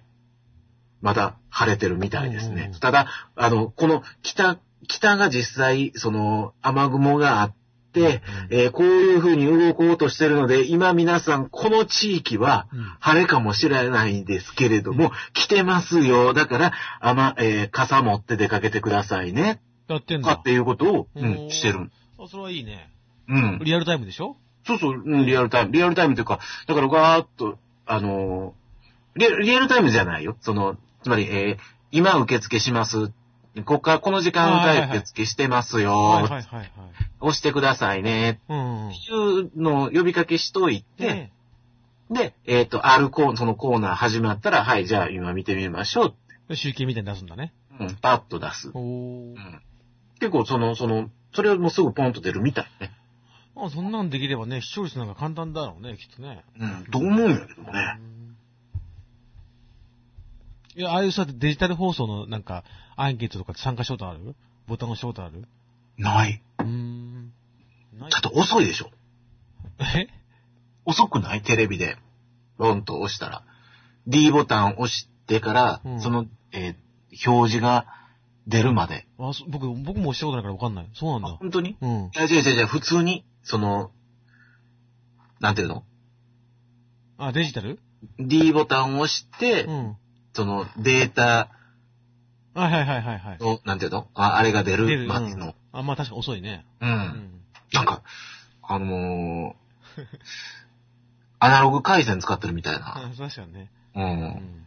Speaker 1: まだ晴れてるみたいです
Speaker 2: うん
Speaker 1: ね
Speaker 2: うん。
Speaker 1: ただ、あの、この北、北が実際、その、雨雲があって、
Speaker 2: うん、
Speaker 1: えーこういう風に動こうとしてるので、今皆さん、この地域は、
Speaker 2: うん
Speaker 1: 晴れかもしれないですけれども、来てますよ。だから、雨、えー傘持って出かけてくださいね。
Speaker 2: やってん
Speaker 1: とか
Speaker 2: だ
Speaker 1: っ。ていうことを、う
Speaker 2: おー
Speaker 1: ん、してる。
Speaker 2: あ、それはいいね。
Speaker 1: うん。
Speaker 2: リアルタイムでしょ
Speaker 1: そうそう、うん、リアルタイム。リアルタイムというか、だからガーッと、あのーリア、リアルタイムじゃないよ。その、つまり、えー今受付します。ここからこの時間
Speaker 2: あーはいは
Speaker 1: 帯
Speaker 2: い
Speaker 1: 受付してますよ、
Speaker 2: はいはいはいはい。
Speaker 1: 押してくださいね。
Speaker 2: うんうん。
Speaker 1: いうのを呼びかけしといて、
Speaker 2: ね
Speaker 1: で、えっ、と、あるコーそのコーナー始まったら、はい、じゃあ今見てみましょう。
Speaker 2: 集計みたいに出すんだね。
Speaker 1: うん、パッと出す。
Speaker 2: お
Speaker 1: う
Speaker 2: ー。
Speaker 1: ん、結構、その、その、それをもうすぐポンと出るみたいね。
Speaker 2: まあ、そんなんできればね、視聴率なんか簡単だろうね、きっとね。
Speaker 1: うん、と思うんやけどね。
Speaker 2: いや、ああいうさ、デジタル放送のなんか、アンケートとか参加したことあるボタン押したことある
Speaker 1: ない。
Speaker 2: うーん。ない
Speaker 1: だって遅いでしょ。
Speaker 2: え
Speaker 1: 遅くないテレビで。ロンと押したら。D ボタン押してから、
Speaker 2: うん
Speaker 1: その、えー表示が出るまで。
Speaker 2: あそ僕、僕も押したことないからわかんない。そうなん
Speaker 1: あ
Speaker 2: だ。
Speaker 1: 本当に
Speaker 2: うん。
Speaker 1: いや、違う違う違う、普通に、その、なんていうの
Speaker 2: あ、デジタル
Speaker 1: ?D ボタンを押して、
Speaker 2: うん。
Speaker 1: そのデータ
Speaker 2: あ、はいはいはいはい。
Speaker 1: の、なんていうのああれが出
Speaker 2: 出
Speaker 1: る
Speaker 2: る
Speaker 1: までの。
Speaker 2: あ、まあ確か遅いね。
Speaker 1: うん。
Speaker 2: うん。
Speaker 1: なんか、あのー、アナログ回線使ってるみたいな。
Speaker 2: あ、確かにね。
Speaker 1: う。
Speaker 2: うんん。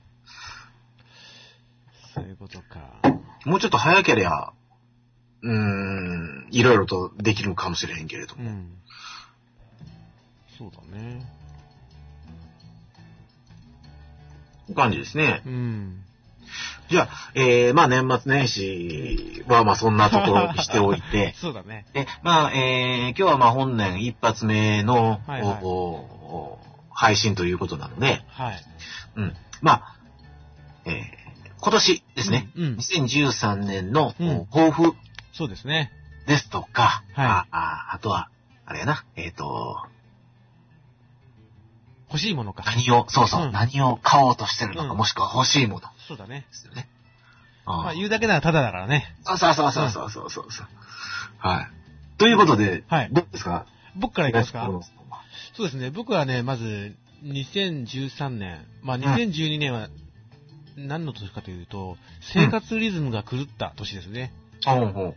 Speaker 2: そういうことか。
Speaker 1: もうちょっと早ければ、うーん、いろいろとできるかもしれへんけれど
Speaker 2: う
Speaker 1: も。
Speaker 2: ん。そうだね。
Speaker 1: 感じですね。
Speaker 2: うん。
Speaker 1: じゃあ、えー、まあ年末年始はまあそんなところにしておいて
Speaker 2: 、そうだね。
Speaker 1: で、まあ、えー、今日はまあ本年一発目の、
Speaker 2: はいはい
Speaker 1: おお配信ということなので、
Speaker 2: はい。
Speaker 1: うん。まあ、えー、今年ですね、
Speaker 2: うん。うん。
Speaker 1: 2013年の、
Speaker 2: うん
Speaker 1: お抱負
Speaker 2: そうですね。
Speaker 1: ですとか、
Speaker 2: はい
Speaker 1: あああとは、あれやな、えっ、と、
Speaker 2: 欲しいものか。
Speaker 1: 何を、そうそう、
Speaker 2: うん
Speaker 1: 何を買おうとしてるのか、
Speaker 2: うん
Speaker 1: もしくは欲しいもので
Speaker 2: そうだね。
Speaker 1: すよね。
Speaker 2: まあ
Speaker 1: あ
Speaker 2: 言うだけならタダだからね。
Speaker 1: あそうそうそうそうそうそうそうそう。はい。ということで、
Speaker 2: はい
Speaker 1: どうですか
Speaker 2: 僕からいきますか
Speaker 1: どうですか
Speaker 2: そうですね。僕はね、まず、2013年。まあ
Speaker 1: ん
Speaker 2: 2012年は、何の年かというと、生活リズムが狂った年ですね。
Speaker 1: ほうほう
Speaker 2: そうだね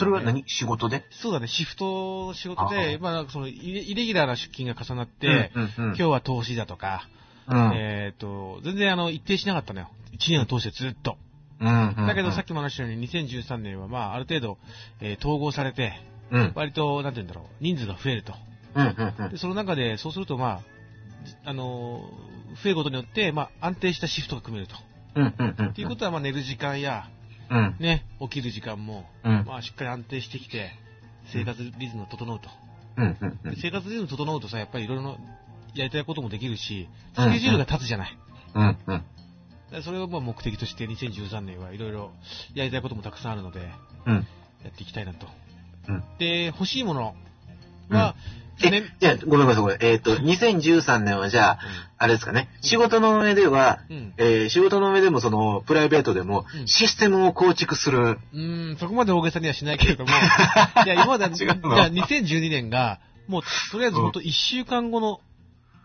Speaker 1: それは何仕事で
Speaker 2: そうだね、シフトの仕事
Speaker 1: あ
Speaker 2: で、まあ、その、イレイレギュラーな出勤が重なって、
Speaker 1: うんうんうん
Speaker 2: 今日は投資だとか、
Speaker 1: うん
Speaker 2: えっ、と、全然あの、一定しなかったのよ。1年を通してずっと。だ
Speaker 1: だ
Speaker 2: けどさっきも話したように、2013年はまあ、ある程度、えー統合されて、
Speaker 1: うん、
Speaker 2: 割と、なんて言うんだろう、人数が増えると。
Speaker 1: うん、うん、うん
Speaker 2: で、その中で、そうするとまあ、あのー増えることによって、まあ、安定したシフトが組めると。
Speaker 1: うん、うん、うん。
Speaker 2: っていうことは、まあ、寝る時間や、
Speaker 1: うん、
Speaker 2: ね、起きる時間も、
Speaker 1: うん、
Speaker 2: まあ、しっかり安定してきて、生活リズムが整うと。
Speaker 1: うん、うん、うん
Speaker 2: で生活リズム整うとさ、やっぱりいろいろやりたいこともできるし、スケジュールが立つじゃない。
Speaker 1: うん、うん。
Speaker 2: だからそれをまあ目的として2013年はいろいろやりたいこともたくさんあるので、
Speaker 1: うん
Speaker 2: やっていきたいなと。
Speaker 1: うん
Speaker 2: で、欲しいものは、去年
Speaker 1: え、じゃあごめんなさい、ごめん。えっと、2013年はじゃあ、あれですかね、仕事の上では、
Speaker 2: うん、うん
Speaker 1: えー仕事の上でもその、プライベートでも
Speaker 2: う、ん
Speaker 1: システムを構築する。
Speaker 2: うーん、そこまで大げさにはしない けれども、いや、今までは、
Speaker 1: 違うの
Speaker 2: じゃあ2012年が、もう、とりあえずほんと1週間後の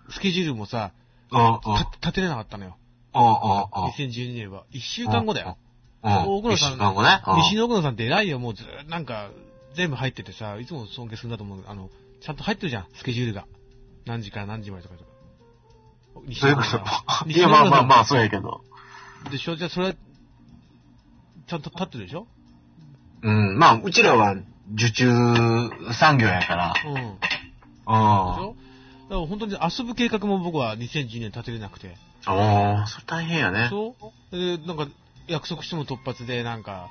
Speaker 2: スケジュールもさ、
Speaker 1: ああ、
Speaker 2: た立てれなかったのよ。
Speaker 1: ああ、ああ、
Speaker 2: 2012年は。1週間後だよ。
Speaker 1: あ
Speaker 2: 大黒さん
Speaker 1: 一週間後ね。ああ
Speaker 2: 西野奥野さんって偉いよ、もうずーっとなんか、全部入っててさ、いつも尊敬するんだと思うけどあの、ちゃんと入ってるじゃん、スケジュールが。何時から何時までとかとか。西
Speaker 1: そうい
Speaker 2: 野
Speaker 1: うこ
Speaker 2: 奥野
Speaker 1: と
Speaker 2: さんは。
Speaker 1: いや、まあまあまあ、そうやけど。
Speaker 2: でしょじゃあそれは、ちゃんと立ってるでしょ
Speaker 1: うん、まあ、うちらは、受注産業やから。
Speaker 2: うん。でしょ
Speaker 1: あ
Speaker 2: だから本当に遊ぶ計画も僕は2012年立てれなくて。
Speaker 1: あ、ああ、それ大変やね。
Speaker 2: そうで、なんか、約束しても突発で、なんか、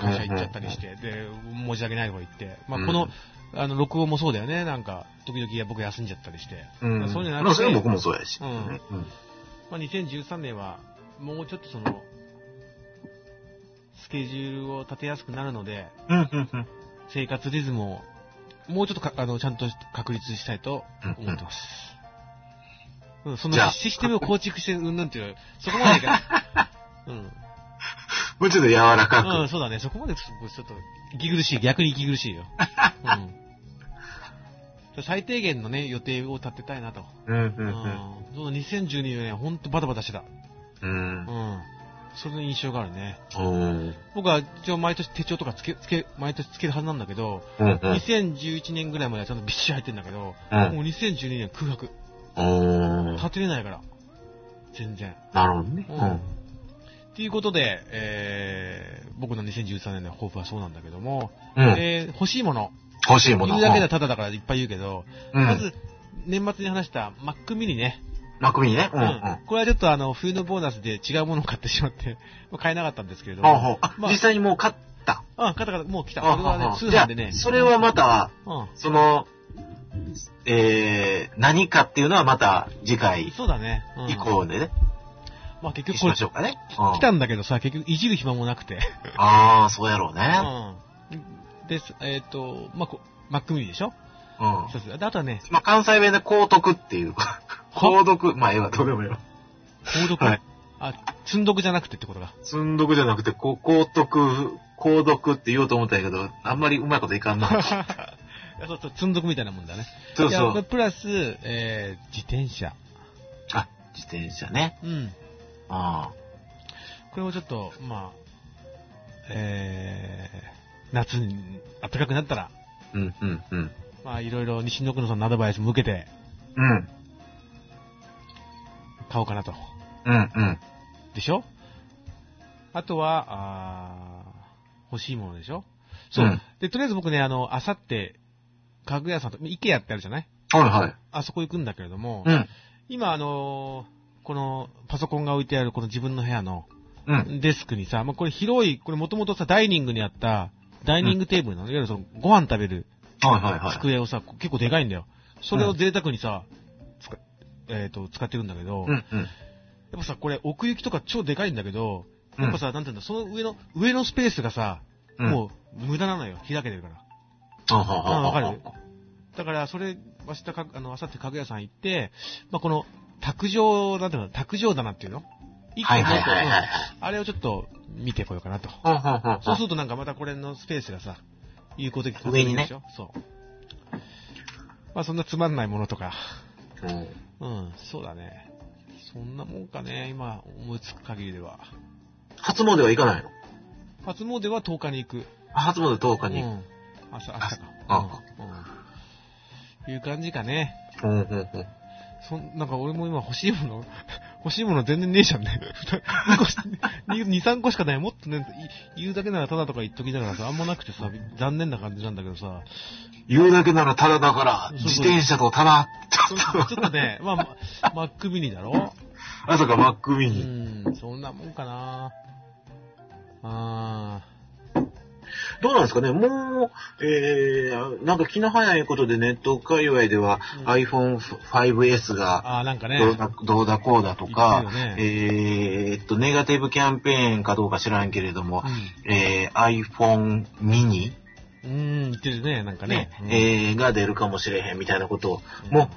Speaker 2: 出会社行っちゃったりして、で、申し訳ないとこ行って、まあ、この、あの、録音もそうだよね、なんか、時々僕休んじゃったりして、
Speaker 1: うん。
Speaker 2: そうじゃなくて
Speaker 1: まあ、それ僕もそうやし。
Speaker 2: うん
Speaker 1: うん
Speaker 2: まあ、2013年は、もうちょっとその、スケジュールを立てやすくなるので、
Speaker 1: うんうんうん。
Speaker 2: 生活リズムを、もうちょっとか、あの、ちゃんと確立したいと思ってます。うん、その
Speaker 1: じゃあ
Speaker 2: システムを構築して、うんぬんっていう、そこまでいかない。 うん。
Speaker 1: もうちょっと柔らかく。
Speaker 2: うん、そうだね。そこまでちょっとちょっと、息苦しい。逆に息苦しいよ。うん。最低限のね、予定を立てたいなと。
Speaker 1: うんう
Speaker 2: うんん。その2012年、ほんとバタバタしてた。
Speaker 1: うん。
Speaker 2: う。
Speaker 1: うん
Speaker 2: それの印象があるね。
Speaker 1: ん。
Speaker 2: 僕は一応毎年手帳とかつけ、つけ、毎年つけるはずなんだけど、
Speaker 1: うんうん。
Speaker 2: 2011年ぐらいまではちゃんとびっしり入ってんだけど、も
Speaker 1: う。
Speaker 2: うん2012年は空白。
Speaker 1: おー
Speaker 2: 立てれないから。全然。
Speaker 1: なるほどね。
Speaker 2: うん。っていうことで、えー、僕の2013年の抱負はそうなんだけども、
Speaker 1: うん。うん。
Speaker 2: えー欲しいもの。
Speaker 1: 欲しいもの。
Speaker 2: 言うだけではただだからいっぱい言うけど、
Speaker 1: うん。
Speaker 2: まず、年末に話した Mac mini ね。
Speaker 1: マクミニね。うんうん。
Speaker 2: これはちょっとあの、冬のボーナスで違うものを買ってしまって、 もう買えなかったんですけれど
Speaker 1: ほう
Speaker 2: も。
Speaker 1: ほうあ、
Speaker 2: まあ
Speaker 1: 実際にもう買った。
Speaker 2: あ、買った買った、もう来た。こ
Speaker 1: あ
Speaker 2: れは
Speaker 1: あ
Speaker 2: ね
Speaker 1: あ、
Speaker 2: 通販でね
Speaker 1: じゃあ。それはまた、
Speaker 2: う
Speaker 1: その、えー、何かっていうのはまた次
Speaker 2: ん。
Speaker 1: 回
Speaker 2: そうだね。うん
Speaker 1: 以降でね。
Speaker 2: まあ結
Speaker 1: に
Speaker 2: 局
Speaker 1: し
Speaker 2: これ
Speaker 1: ましょうかね。うん
Speaker 2: 来たんだけどさ、結局いじる暇もなくて。
Speaker 1: ああ、そうやろうね。
Speaker 2: うん。で、えっ、と、まあこ、マックミリでしょ
Speaker 1: うん。
Speaker 2: そうそう。であとはね、
Speaker 1: まあ、関西弁で高徳っていう。高徳。まあ、ええわ、どうでもええわ。
Speaker 2: 購読、
Speaker 1: はい
Speaker 2: あ、積んどくじゃなくてってことが。
Speaker 1: 寸読じゃなくて、こう高徳、高徳って言おうと思ったんやけど、あんまりうまいこといか んな。
Speaker 2: いや そうそう、積んどくみたいなもんだね。
Speaker 1: そうそ
Speaker 2: いや
Speaker 1: う。
Speaker 2: プラス、えー、自転車。
Speaker 1: あ、自転車ね。
Speaker 2: うん。
Speaker 1: あ
Speaker 2: これもちょっと、まあ、えー、夏に暖かくなったら、
Speaker 1: あ。うん、うん、うん。
Speaker 2: まあいろいろ西野久野さんのアドバイスも受けて
Speaker 1: うん、
Speaker 2: 買おうかなと。
Speaker 1: うん、うん。
Speaker 2: でしょあとは、あー欲しいものでしょそう、
Speaker 1: うん
Speaker 2: で、とりあえず僕ね、あの、あさって、家具屋さんと、イケやってあるじゃない
Speaker 1: はいはい。
Speaker 2: あそこ行くんだけれども、
Speaker 1: うん、
Speaker 2: 今あのーこのパソコンが置いてあるこの自分の部屋の
Speaker 1: うん、
Speaker 2: デスクにさ、まあ、これ広い、これもともとさ、ダイニングにあった、ダイニングテーブルなの、いわゆるそのご飯食べる
Speaker 1: はいはいはい。
Speaker 2: 机をさ、こう結構でかいんだよ。それを贅沢にさ、使えっ、と、使ってるんだけど、
Speaker 1: う
Speaker 2: やっ
Speaker 1: ん、うん。
Speaker 2: ぱさ、これ奥行きとか超でかいんだけど、
Speaker 1: うん
Speaker 2: やっぱさ、なんていうんだ、その上の、上のスペースがさ、
Speaker 1: うん、
Speaker 2: もう無駄なのよ。開けてるから。
Speaker 1: あはは
Speaker 2: あ
Speaker 1: は
Speaker 2: わかるだから、それ、明日か、あの、明後日家具屋さん行って、まあ、この、卓上、なんていうの、卓上棚っていうの一個
Speaker 1: はいはい
Speaker 2: もう一個
Speaker 1: はいはい。
Speaker 2: うんあれをちょっと見てこようかなと。
Speaker 1: はははは
Speaker 2: そうするとなんかまたこれのスペースがさ、有効的確保
Speaker 1: 上にね
Speaker 2: できるでしょそう。まあそんなつまんないものとか。
Speaker 1: うん
Speaker 2: うん、そうだね。そんなもんかね、今思いつく限りでは。
Speaker 1: 初詣は行かないの
Speaker 2: 初詣は10日に行く。
Speaker 1: あ初詣10日
Speaker 2: う
Speaker 1: に。
Speaker 2: ん。朝、朝か。
Speaker 1: あ
Speaker 2: うん。うん。いう感じかね。
Speaker 1: うん、うん、うん。
Speaker 2: そん、なんか俺も今欲しいもの、 欲しいもの全然ねえじゃんね。2個し、2、3個しかない。もっとね、い言うだけならただとか言っときながらさ、あんまなくてさ、残念な感じなんだけどさ、
Speaker 1: 言うだけならタダだから、
Speaker 2: そうそう
Speaker 1: 自転車とタダ。
Speaker 2: そうち ょっとね、まあま、マックミニだろ
Speaker 1: あ、そうか、マックミ
Speaker 2: う
Speaker 1: ニ。
Speaker 2: ん、そんなもんかなあ
Speaker 1: どうなんですかねもう、えー、なんか気の早いことでネット界隈では
Speaker 2: うん
Speaker 1: iPhone5S
Speaker 2: ー
Speaker 1: が
Speaker 2: あー、なんかね、
Speaker 1: どうだどうだこうだとか、
Speaker 2: 言ってるよね
Speaker 1: えーっと、ネガティブキャンペーンかどうか知らんけれども、えー、iPhone mini、
Speaker 2: うん、うん、言ってるね、なんかね
Speaker 1: ね。えーが出るかもしれへんみたいなこと
Speaker 2: うん
Speaker 1: も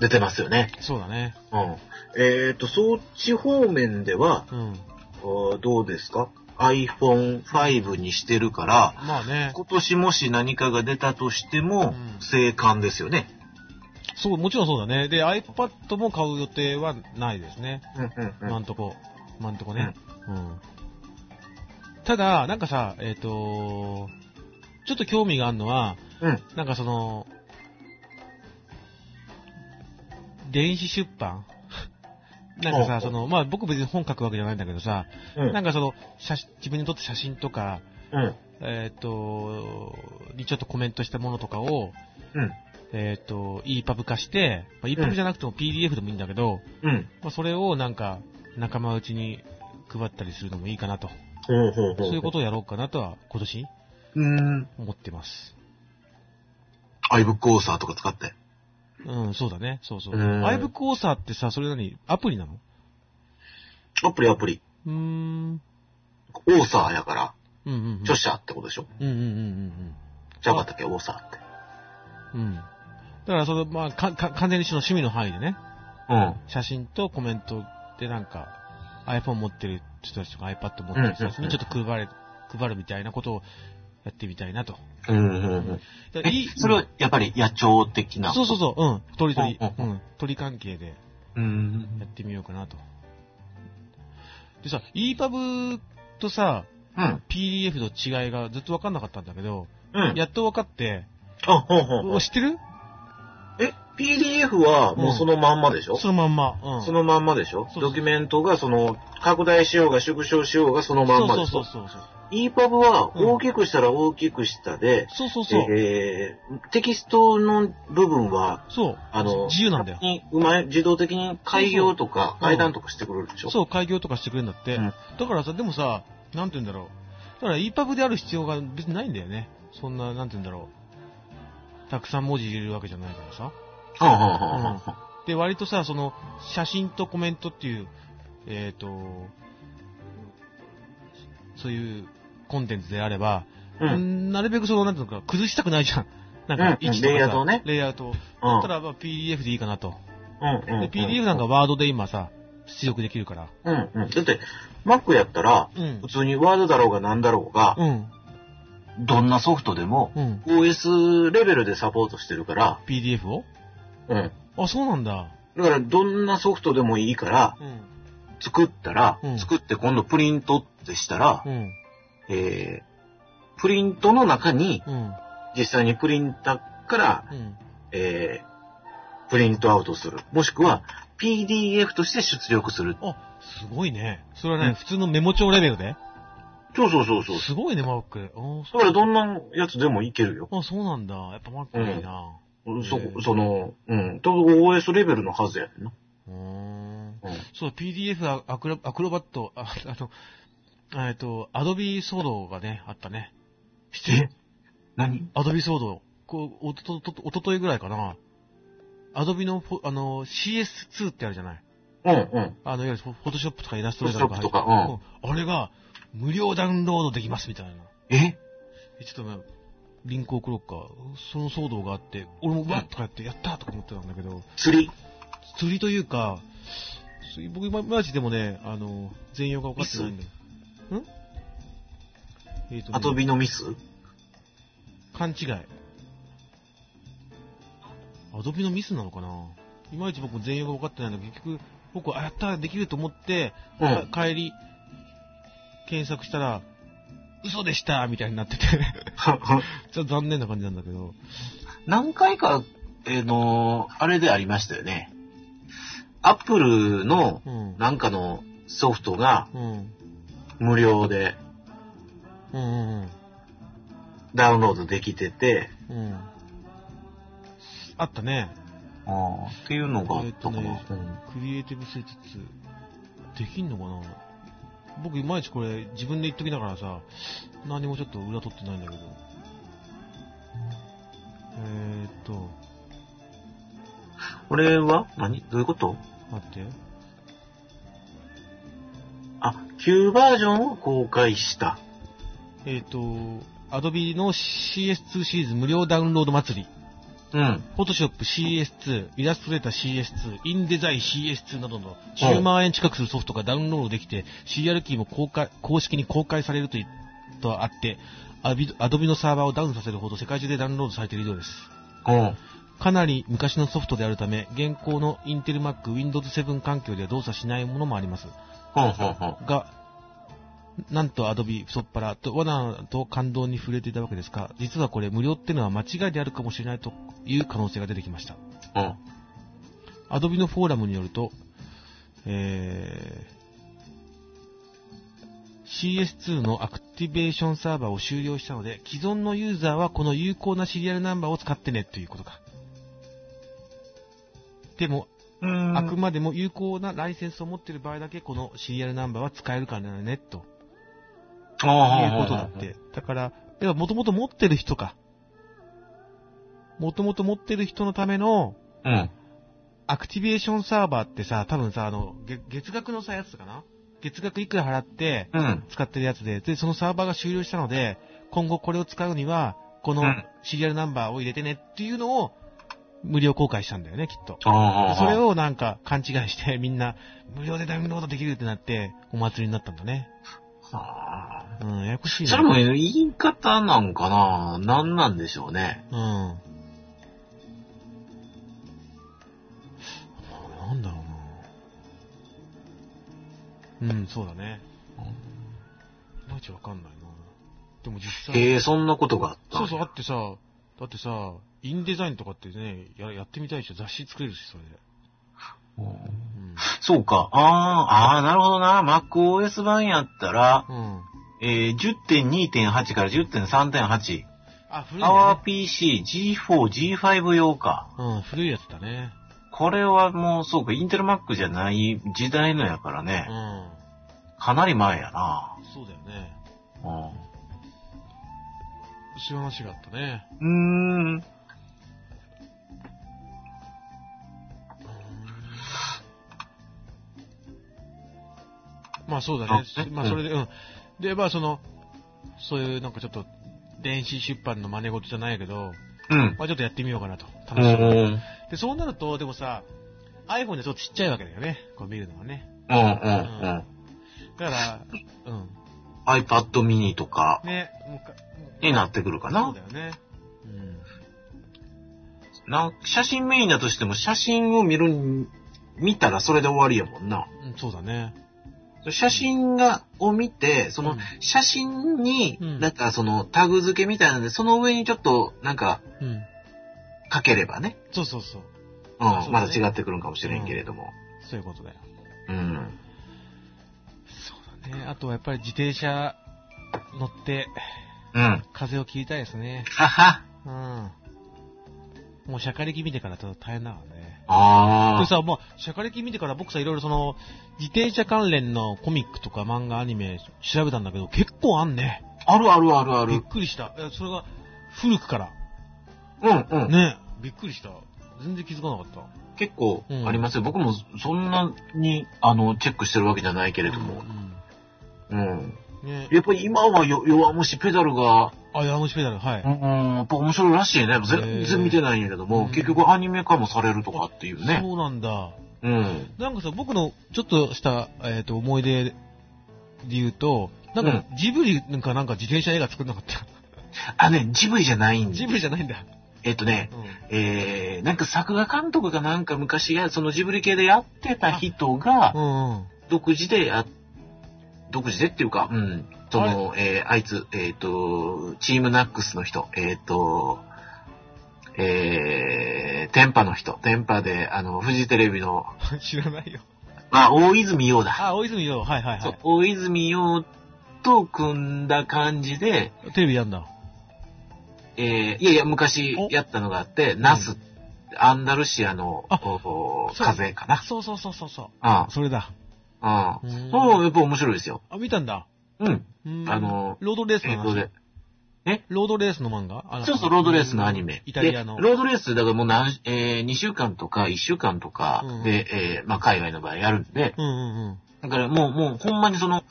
Speaker 1: 出てますよね。
Speaker 2: そうだね。
Speaker 1: うん。えーっと、そっち方面では、
Speaker 2: うん。
Speaker 1: あーどうですか ?iPhone5 にしてるから、
Speaker 2: まあね、
Speaker 1: 今年もし何かが出たとしても
Speaker 2: うん、
Speaker 1: 生還ですよね。
Speaker 2: そう、もちろんそうだね。で、iPad も買う予定はないですね。
Speaker 1: うんうんうん
Speaker 2: 今んとこ、今んとこね。うん。ただ、なんかさ、えっ、と、ちょっと興味があるのは、
Speaker 1: うん
Speaker 2: なんかその、電子出版 なんか
Speaker 1: おう
Speaker 2: さ、その、まあ僕別に本書くわけじゃないんだけどさ、
Speaker 1: うん
Speaker 2: なんかその、写真自分に撮った写真とか、
Speaker 1: うん
Speaker 2: えっ、と、にちょっとコメントしたものとかを、
Speaker 1: うん
Speaker 2: えっ、と、EPUB 化して、まあ、EPUB じゃなくても PDF でもいいんだけど、
Speaker 1: うん
Speaker 2: まあ、それをなんか仲間内に配ったりするのもいいかなと、
Speaker 1: ほうほうほう
Speaker 2: そういうことをやろうかなとは今年
Speaker 1: うーん。
Speaker 2: 思ってます。
Speaker 1: アイブックオーサーとか使って。
Speaker 2: うん、そうだね。そうそ
Speaker 1: う
Speaker 2: う。
Speaker 1: ん
Speaker 2: アイブックオーサーってさ、それ何アプリなの
Speaker 1: アプリアプリ。
Speaker 2: うーん。
Speaker 1: オーサーやから、
Speaker 2: うんうん、うん。
Speaker 1: 著者ってことでしょ。
Speaker 2: うんうんうん
Speaker 1: じゃなかったっけ、オーサーって。
Speaker 2: うんうん。うん。だから、その、まあ、か、か、完全にその趣味の範囲でね、
Speaker 1: うん。
Speaker 2: 写真とコメントでなんか、iPhone 持ってる人たちとか iPad 持ってる人たちにちょっと配れ、配るみたいなことをやってみたいなと。
Speaker 1: うんうんうん。
Speaker 2: だからいい
Speaker 1: え、それはやっぱり野鳥的な。
Speaker 2: そうそうそう、うん。鳥鳥。
Speaker 1: う
Speaker 2: うん
Speaker 1: うん
Speaker 2: ん。鳥関係で。
Speaker 1: うーん
Speaker 2: やってみようかなと。でさ、EPUB とさ、
Speaker 1: うん。
Speaker 2: PDF の違いがずっと分かんなかったんだけど、
Speaker 1: うん。
Speaker 2: やっと分かって、
Speaker 1: あ、ほうほうほう
Speaker 2: お知ってる
Speaker 1: え、PDF はもうそのまんまでしょ、
Speaker 2: そのまんま。うん。
Speaker 1: そのまんまでしょ
Speaker 2: そうそう
Speaker 1: ドキュメントがその、拡大しようが縮小しようがそのまんまでし
Speaker 2: そ
Speaker 1: ょ
Speaker 2: うそうそう
Speaker 1: EPUB は
Speaker 2: うん
Speaker 1: 大きくしたら大きくしたで、
Speaker 2: そう。そうそうそう。
Speaker 1: えーテキストの部分は、
Speaker 2: そう。
Speaker 1: あの、
Speaker 2: 自由なんだよ。
Speaker 1: 勝手にうまい、自動的に開業とか
Speaker 2: そうそううん
Speaker 1: 階段とかしてくれるでしょ
Speaker 2: そう、開業とかしてくれるんだって。
Speaker 1: うん
Speaker 2: だからさ、でもさ、なんて言うんだろう。だから EPUB である必要が別にないんだよね。そんな、なんて言うんだろう。たくさん文字入れるわけじゃないからさ。
Speaker 1: はあはあはあはあ
Speaker 2: で、割とさ、その、写真とコメントっていう、えっ、と、そういうコンテンツであれば、
Speaker 1: うん。
Speaker 2: なるべくその、なんていうのか、崩したくないじゃん。なん
Speaker 1: う
Speaker 2: か、
Speaker 1: ん
Speaker 2: 位置とかさ
Speaker 1: レイアウトをね
Speaker 2: レイアウトを。
Speaker 1: うん。
Speaker 2: だったら、まあ PDF でいいかなと。
Speaker 1: うんうん。
Speaker 2: で PDF なんかワードで今さ、出力できるから。
Speaker 1: うんうん。だって、Mac やったら、
Speaker 2: うん
Speaker 1: 普。通にワードだろうが何だろうが、
Speaker 2: うん。
Speaker 1: どんなソフトでも、
Speaker 2: うん。
Speaker 1: OS レベルでサポートしてるから、
Speaker 2: PDF を
Speaker 1: うん。
Speaker 2: あ、そうなんだ。
Speaker 1: だから、どんなソフトでもいいから、
Speaker 2: うん。
Speaker 1: 作ったら、
Speaker 2: うん
Speaker 1: 作って今度プリントってしたら、
Speaker 2: うん。
Speaker 1: えー、プリントの中に、
Speaker 2: うん。
Speaker 1: 実際にプリンターから、
Speaker 2: うん。
Speaker 1: えー、プリントアウトする。もしくは、PDF として出力する。
Speaker 2: あ、すごいね。それは
Speaker 1: うん
Speaker 2: ね、普通のメモ帳レベルで。
Speaker 1: そうそうそうそう。
Speaker 2: すごいね、マック。あ
Speaker 1: だから、どんなやつでもいけるよ。
Speaker 2: あ、そうなんだ。やっぱマックいいな。
Speaker 1: そ、その、うん。と、OS レベルのはずやねんな。
Speaker 2: うーん
Speaker 1: うん。
Speaker 2: そう、PDF アアクロアクロバット、ああの、えっと、アドビソードがね、あったね。
Speaker 1: え何
Speaker 2: アドビソード、こう、おとと、おとといぐらいかな。アドビのフォ、あの、CS2 ってあるじゃない。
Speaker 1: うんうん。
Speaker 2: あの、いわゆるフォフォトショップとかイラストレーターとか入って
Speaker 1: フォトショップ
Speaker 2: うんあれが、無料ダウンロードできますみたいな。
Speaker 1: え
Speaker 2: えちょっとね、リンク送ろうか。その騒動があって、俺もわっとかやって、やったーとか思ってたんだけど、
Speaker 1: 釣り
Speaker 2: 釣りというか、釣り僕、ま、マジでもね、あの、全容が分かってないんだよ。んえっ、と、ね、
Speaker 1: アトビのミス
Speaker 2: 勘違い。アドビのミスなのかないまいち僕全容が分かってないので、結局、僕は、あ、やったーできると思って、
Speaker 1: うん。
Speaker 2: か帰り、検索したら、嘘でしたーみたいになってて、 ちょっと残念な感じなんだけど、
Speaker 1: 何回か、えーのー、あれでありましたよね。アップルの
Speaker 2: うん。
Speaker 1: なんかのソフトが
Speaker 2: うん。
Speaker 1: 無料で
Speaker 2: うんうん
Speaker 1: ダウンロードできてて、
Speaker 2: うん。うん。あったね。
Speaker 1: っていうのがあったかな。
Speaker 2: えークリエイティブ施設、できんのかな僕、いまいちこれ、自分で言っときながらさ、何もちょっと裏取ってないんだけど。えーっと、
Speaker 1: これは何どういうこと
Speaker 2: 待って。
Speaker 1: あ、旧バージョンを公開した。
Speaker 2: えーっと、Adobe の CS2 シリーズ無料ダウンロード祭り。
Speaker 1: うん。
Speaker 2: Photoshop CS2、Illustrator CS2、InDesign CS2 などの10万円近くするソフトがダウンロードできて、CR キーも公開公式に公開されるといとあって、Adobe- Adobe のサーバーをダウンさせるほど世界中でダウンロードされているようです。
Speaker 1: うん。
Speaker 2: かなり昔のソフトであるため、現行の Intel Mac Windows 7環境では動作しないものもあります。
Speaker 1: ほんほんほん。
Speaker 2: が、なんと Adobe 太っ腹と罠と感動に触れていたわけですが、実はこれ無料ってのは間違いであるかもしれないという可能性が出てきました。
Speaker 1: うん。
Speaker 2: アドビのフォーラムによると、えー CS2 のアクティベーションサーバーを終了したので、既存のユーザーはこの有効なシリアルナンバーを使ってねということか。でも、
Speaker 1: うん
Speaker 2: あくまでも有効なライセンスを持っている場合だけ、このシリアルナンバーは使えるからね、ということだって。だから、要はもともと持ってる人か。もともと持ってる人のための、
Speaker 1: うん。
Speaker 2: アクティベーションサーバーってさ、多分さ、あの、げ月額のさ、やつかな月額いくら払って
Speaker 1: うん。
Speaker 2: 使ってるやつで、で、そのサーバーが終了したので、今後これを使うには、この
Speaker 1: うん
Speaker 2: シリアルナンバーを入れてねっていうのを、無料公開したんだよね、きっと。
Speaker 1: ああ。
Speaker 2: それ、をなんか勘違いして、みんな、無料でダウンロードできるってなって、お祭りになったんだね。
Speaker 1: はあ。
Speaker 2: うん、ややこしいな。
Speaker 1: それも言い方なんかな何なんでしょうね。
Speaker 2: うん。まあ、なんだろうな。うん、そうだね。いまいちわかんないな。でも実際、
Speaker 1: へえ、そんなことがあった。
Speaker 2: そうそう、あってさ、だってさ、インデザインとかってね、ややってみたいでしょ。雑誌作れるし、それで。
Speaker 1: うん
Speaker 2: うん。
Speaker 1: そうか。あーあー、なるほどな。MacOS 版やったら、
Speaker 2: うん、
Speaker 1: えー、10.2.8から10.3.8。
Speaker 2: あ、古いね。
Speaker 1: PowerPC、G4、G5 用か。
Speaker 2: うん、古いやつだね。
Speaker 1: これはもう、そうか、インテル Mac じゃない時代のやから
Speaker 2: う
Speaker 1: ね。
Speaker 2: ん。
Speaker 1: かなり前やな。
Speaker 2: そうだよね。
Speaker 1: うん
Speaker 2: そういう話があったね。
Speaker 1: うーん。
Speaker 2: まあそうだね
Speaker 1: あ。
Speaker 2: まあそれで、うん。で、まあその、そういうなんかちょっと、電子出版の真似事じゃないけど、
Speaker 1: うん。
Speaker 2: まあちょっとやってみようかなと。
Speaker 1: う
Speaker 2: 楽しみ。
Speaker 1: ん。
Speaker 2: で、そうなると、でもさ、iPhone でちょっとちっちゃいわけだよね。こう見るのはね。
Speaker 1: うんうん
Speaker 2: だから、うん。
Speaker 1: うん。iPad mini とか
Speaker 2: ね、もうか
Speaker 1: になってくるかな
Speaker 2: そうだ。よね。うん。
Speaker 1: なん写真メインだとしても写真を見るん、見たらそれで終わりやもんな。
Speaker 2: うん、そうだね。
Speaker 1: 写真が、を見て、その
Speaker 2: うん
Speaker 1: 写真に
Speaker 2: う、ん
Speaker 1: なんかそのタグ付けみたいなんで、その上にちょっとなんか
Speaker 2: うん。
Speaker 1: 書ければね。
Speaker 2: そうそうそう。
Speaker 1: うん、
Speaker 2: そうだ
Speaker 1: ま
Speaker 2: ね
Speaker 1: だ違ってくるんかもしれんけれども。
Speaker 2: そういうことだよ。
Speaker 1: うん。
Speaker 2: そうだね。あとはやっぱり自転車乗って、
Speaker 1: うん。
Speaker 2: 風を切りたいですね。
Speaker 1: はは。
Speaker 2: うん。もう、シャカリキ見てからちょっと大変だからね。
Speaker 1: あ
Speaker 2: で
Speaker 1: あ。
Speaker 2: さ、まあ、シャカリキ見てから僕さ、いろいろその、自転車関連のコミックとか漫画、アニメ調べたんだけど、結構あんね。
Speaker 1: あるあるあるあ
Speaker 2: びっ
Speaker 1: る。
Speaker 2: くりした。えそれが、古くから。
Speaker 1: うんうん。
Speaker 2: ねびっくりした。全然気づかなかった。
Speaker 1: 結構
Speaker 2: うん
Speaker 1: ありますよ。僕もそんなに、あの、チェックしてるわけじゃないけれども。
Speaker 2: う
Speaker 1: うん。
Speaker 2: ん、ね
Speaker 1: やっぱり今はよ弱虫ペダルが、。
Speaker 2: あ、ヤムシペダル、はいう
Speaker 1: ん、やっぱ面白いらしいね。全然見てないんやけども、
Speaker 2: うん
Speaker 1: 結局アニメ化もされるとかっていうね。
Speaker 2: そうなんだ。
Speaker 1: うん。
Speaker 2: なんかさ、僕のちょっとした、えっ、と、思い出で言うと、なんか、ジブリなんかなんか自転車映画作んなかった。
Speaker 1: あ、ね、ジブリじゃないん
Speaker 2: ジ
Speaker 1: で。
Speaker 2: ブリじゃないんだ。
Speaker 1: えっとね、
Speaker 2: うん。
Speaker 1: えー、なんか作画監督がなんか昔や、そのジブリ系でやってた人が
Speaker 2: う、んうん。
Speaker 1: 独自でや、独自でっていうか、うん、その、えーあいつ、えっ、と、チームナックスの人、えっ、と、えー、電波の人、電波で、あの、フジテレビの、
Speaker 2: 知らないよ。
Speaker 1: あ、大泉洋だ。
Speaker 2: あ、大泉洋、はいはい
Speaker 1: そう
Speaker 2: は
Speaker 1: 大泉洋と組んだ感じで、
Speaker 2: い。テレビやんだ。
Speaker 1: えー、いやいや、昔やったのがあって、ナス、アンダルシアの、
Speaker 2: あ
Speaker 1: お
Speaker 2: そう
Speaker 1: 風かな。
Speaker 2: そうそうそうそうそ
Speaker 1: あ
Speaker 2: う。それだ。
Speaker 1: あ、
Speaker 2: う
Speaker 1: うんん。そう、やっぱ面白いですよ。
Speaker 2: あ、見たんだ。
Speaker 1: うん、
Speaker 2: うん
Speaker 1: あの
Speaker 2: ロードレースの
Speaker 1: 映
Speaker 2: 話
Speaker 1: 像で。。
Speaker 2: ロードレースの漫画あの
Speaker 1: そうそう、ロードレースのアニメ。
Speaker 2: イタリアの
Speaker 1: で。ロードレース、だからもう何、えー、2週間とか1週間とか
Speaker 2: うん
Speaker 1: で、えーまあ海外の場合やるんで、
Speaker 2: うんうん
Speaker 1: だからもう、もう、ほんまにその、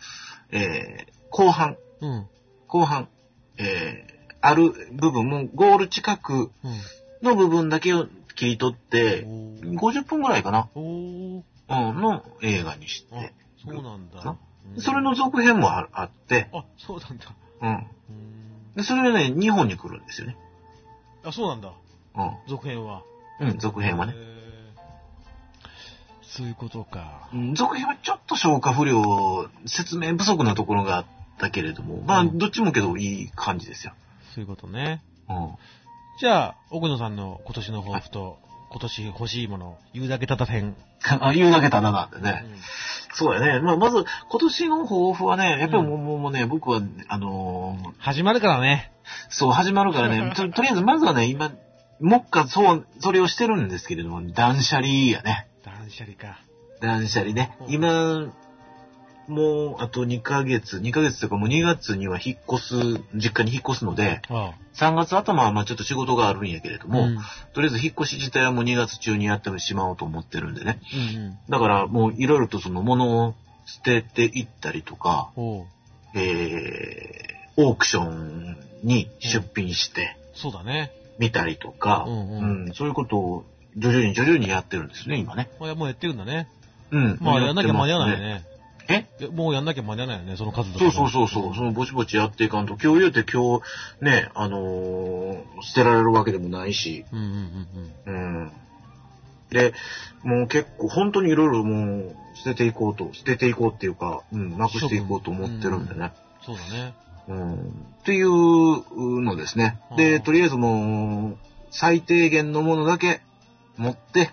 Speaker 1: えー後半、
Speaker 2: うん。うん。
Speaker 1: 後半、えーある部分、もうゴール近く
Speaker 2: う
Speaker 1: の部分だけを切り取って、
Speaker 2: ん。
Speaker 1: 50分ぐらいかな、
Speaker 2: おーおー。
Speaker 1: うん、の映画にして、
Speaker 2: そうなんだ
Speaker 1: あ。
Speaker 2: うん
Speaker 1: それの、続編もああって、
Speaker 2: あ、そうなんだ。
Speaker 1: うん。
Speaker 2: うん
Speaker 1: で、それがね、日本に来るんですよね。
Speaker 2: あ、そうなんだ。続編は。
Speaker 1: うん。うん、続編はね。
Speaker 2: へーそういうことか。
Speaker 1: うん続編はちょっと消化不良、説明不足なところがあったけれども、ま
Speaker 2: う
Speaker 1: あ、
Speaker 2: ん
Speaker 1: どっちもけどいい感じですよ。
Speaker 2: そういうことね。
Speaker 1: うん。
Speaker 2: じゃあ、奥野さんの今年の抱負と、今年欲しいもの、言うだけただ編。
Speaker 1: あ、言うだけだななんて
Speaker 2: う
Speaker 1: ね。
Speaker 2: ん
Speaker 1: そうだね。まあ、まず、今年の抱負はね、やっぱりもう,、
Speaker 2: う
Speaker 1: もうね、僕は、あのー
Speaker 2: 始まるからね。
Speaker 1: そう、始まるからね、ととりあえず、まずはね、今、もっか、そう、それをしてるんですけれども、断捨離やね。
Speaker 2: 断捨離か。
Speaker 1: 断捨離ね。
Speaker 2: うん
Speaker 1: 今、もう、あと2ヶ月、2ヶ月というか、もう2月には引っ越す、実家に引っ越すので、
Speaker 2: あ
Speaker 1: 3月頭はまあちょっと仕事があるんやけれど
Speaker 2: あ
Speaker 1: も、
Speaker 2: うん、うん
Speaker 1: とりあえず引っ越し自体はもう2月中にやってしまおうと思ってるんでね。
Speaker 2: うん。
Speaker 1: だからもういろいろとその物を捨てていったりとか、
Speaker 2: おう
Speaker 1: えー、オークションに出品して
Speaker 2: そうだね。
Speaker 1: みたりとか、
Speaker 2: うんうん
Speaker 1: うんそういうことを徐々に徐々にやってるんですね、今ね。
Speaker 2: まあ、もうやってるんだね。
Speaker 1: うん。
Speaker 2: まあ、やんなきゃ間に合わない
Speaker 1: やって
Speaker 2: ね。
Speaker 1: ますね。え
Speaker 2: いやもうやんなきゃ間に合わないよね、その数
Speaker 1: そ
Speaker 2: だと
Speaker 1: うそうそうそう、そのぼちぼちやっていかんと、今日言うて今日ね、あのー捨てられるわけでもないし、
Speaker 2: うんうんうんうん。
Speaker 1: うん。で、もう結構本当にいろいろもう捨てていこうと、捨てていこうっていうか、うん、なくしていこうと思ってるんでね。
Speaker 2: そうだね。
Speaker 1: うん。っていうのですね。
Speaker 2: う
Speaker 1: で、
Speaker 2: ん
Speaker 1: とりあえずもう、最低限のものだけ持って、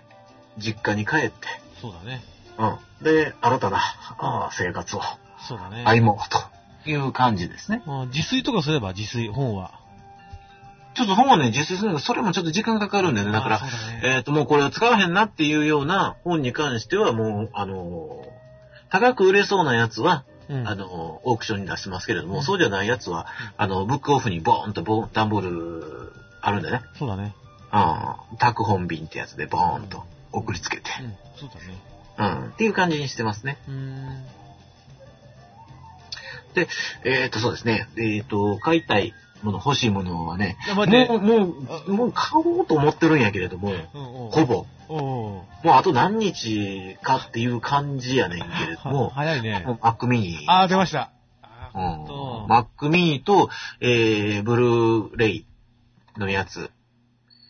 Speaker 1: 実家に帰って、
Speaker 2: そうだね。
Speaker 1: うん。で、新たな、ああ生活を
Speaker 2: そうだね。
Speaker 1: 歩もうという感じですね。
Speaker 2: まあ自炊とかすれば、自炊、本は。
Speaker 1: ちょっと本はね、自炊するのが、それもちょっと時間かかるんだよね。だから
Speaker 2: あ、そうだね。
Speaker 1: えっ、と、もうこれは使わへんなっていうような本に関しては、もう、あのー高く売れそうなやつは、
Speaker 2: うん
Speaker 1: あのーオークションに出しますけれども、
Speaker 2: うん
Speaker 1: そうじゃないやつは、あの、ブックオフにボーンとボーン、段ボールあるんでね、
Speaker 2: そうだね。
Speaker 1: うん、宅本便ってやつでボーンと送りつけて
Speaker 2: う、ん、そうだね。
Speaker 1: うん、っていう感じにしてますね。
Speaker 2: うーん。
Speaker 1: で、えっ、と、そうですね。えっ、と、買いたいもの、欲しいものはね、
Speaker 2: いや、
Speaker 1: も
Speaker 2: 待って。
Speaker 1: う、もう、もう買おうと思ってるんやけれども、
Speaker 2: うんうん
Speaker 1: ほぼ、
Speaker 2: おう
Speaker 1: もうあと何日かっていう感じやねんけれど
Speaker 2: は
Speaker 1: も、
Speaker 2: 早いね
Speaker 1: も。う Mac mini。
Speaker 2: あー、出ました。あ
Speaker 1: う
Speaker 2: ー
Speaker 1: ん
Speaker 2: ほんと。
Speaker 1: Mac mini と、えー、ブルーレイのやつ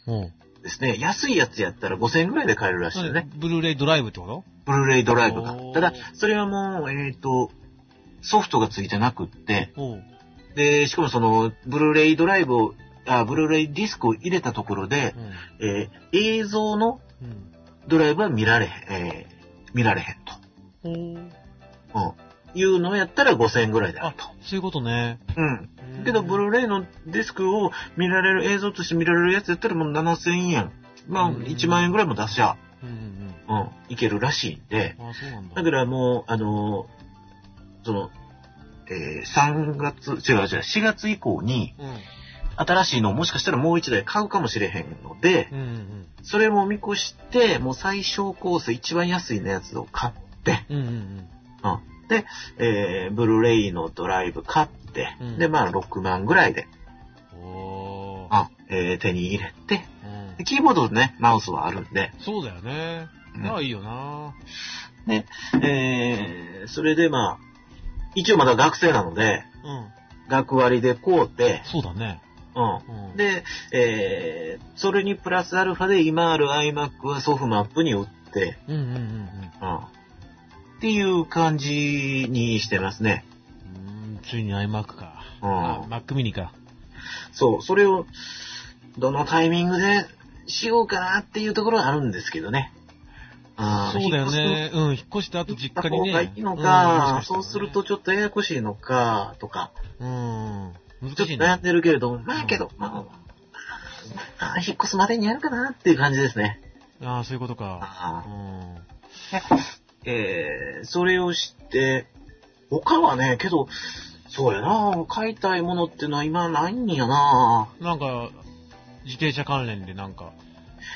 Speaker 2: うん
Speaker 1: ですね。安いやつやったら5000円ぐらいで買えるらしいよね。
Speaker 2: ブルーレイドライブってこと
Speaker 1: ブルーレイドライブが
Speaker 2: お。ー
Speaker 1: ただ、それはもう、えっ、と、ソフトがついてなくって、
Speaker 2: おう
Speaker 1: で、しかもその、ブルーレイドライブを、あ、ブルーレイディスクを入れたところで
Speaker 2: う、ん
Speaker 1: えー映像の
Speaker 2: うん
Speaker 1: ドライブは見られへん、えー見られへんと。
Speaker 2: ほう
Speaker 1: うん。いうのをやったら5000円ぐらいだ
Speaker 2: あ
Speaker 1: なと。、
Speaker 2: そういうことね。
Speaker 1: うん。けど、ブルーレイのディスクを見られる、映像として見られるやつやったらもう7000円。まあ、
Speaker 2: うん
Speaker 1: 1万円ぐらいも出しゃ、
Speaker 2: うんうん
Speaker 1: うん、いけるらしいんで。
Speaker 2: うん。あ、そうなんだ。
Speaker 1: だからもう、あのーその、えー3月、違う違う、4月以降に、
Speaker 2: うん。
Speaker 1: 新しいのをもしかしたらもう1台買うかもしれへんので、
Speaker 2: うんうん
Speaker 1: それも見越して、もう最小コース、一番安いのやつを買って、
Speaker 2: うん。うんうん
Speaker 1: えーブルーレイのドライブ買って、
Speaker 2: うん
Speaker 1: で、まあ、6万ぐらいで、
Speaker 2: うん。おー。
Speaker 1: あえー手に入れて、
Speaker 2: うん
Speaker 1: でキーボードとね、マウスはあるんで、
Speaker 2: そうだよね。
Speaker 1: うん
Speaker 2: まあいいよな。
Speaker 1: えーそれでまあ、一応まだ学生なので、
Speaker 2: うん。
Speaker 1: 学割でこうて、
Speaker 2: そうだね。
Speaker 1: う
Speaker 2: うん
Speaker 1: ん。、で、えーそれにプラスアルファで今ある iMac はソフマップに売って、
Speaker 2: うんうんうん
Speaker 1: うん。っていう感じにしてますね。
Speaker 2: うん。うーん、ついに iMac か。
Speaker 1: うん
Speaker 2: あ、Mac mini か。
Speaker 1: そう、それを、どのタイミングでしようかなっていうところはあるんですけどね。あー
Speaker 2: そうだよ。
Speaker 1: 引っ
Speaker 2: ね。うん、引っ越した後
Speaker 1: 越し
Speaker 2: 実
Speaker 1: 行った
Speaker 2: 家に
Speaker 1: 方
Speaker 2: ね。
Speaker 1: がいいの
Speaker 2: うん
Speaker 1: か、
Speaker 2: もしかしたら
Speaker 1: そう
Speaker 2: ね
Speaker 1: するとちょっとややこしいのか、とか、
Speaker 2: う
Speaker 1: ち
Speaker 2: ん。
Speaker 1: ょ
Speaker 2: 難
Speaker 1: っと
Speaker 2: しい
Speaker 1: 悩
Speaker 2: ね
Speaker 1: ん。でるけれども、まあけど、まあ、あー引っ越すまでにやるかなっていう感じですね。
Speaker 2: ああ、そういうことか。う
Speaker 1: あー
Speaker 2: ん。
Speaker 1: えー、それを知って、他はね、けど、そうやな、買いたいものってのは今ないんやな。
Speaker 2: なんか、自転車関連でなんか、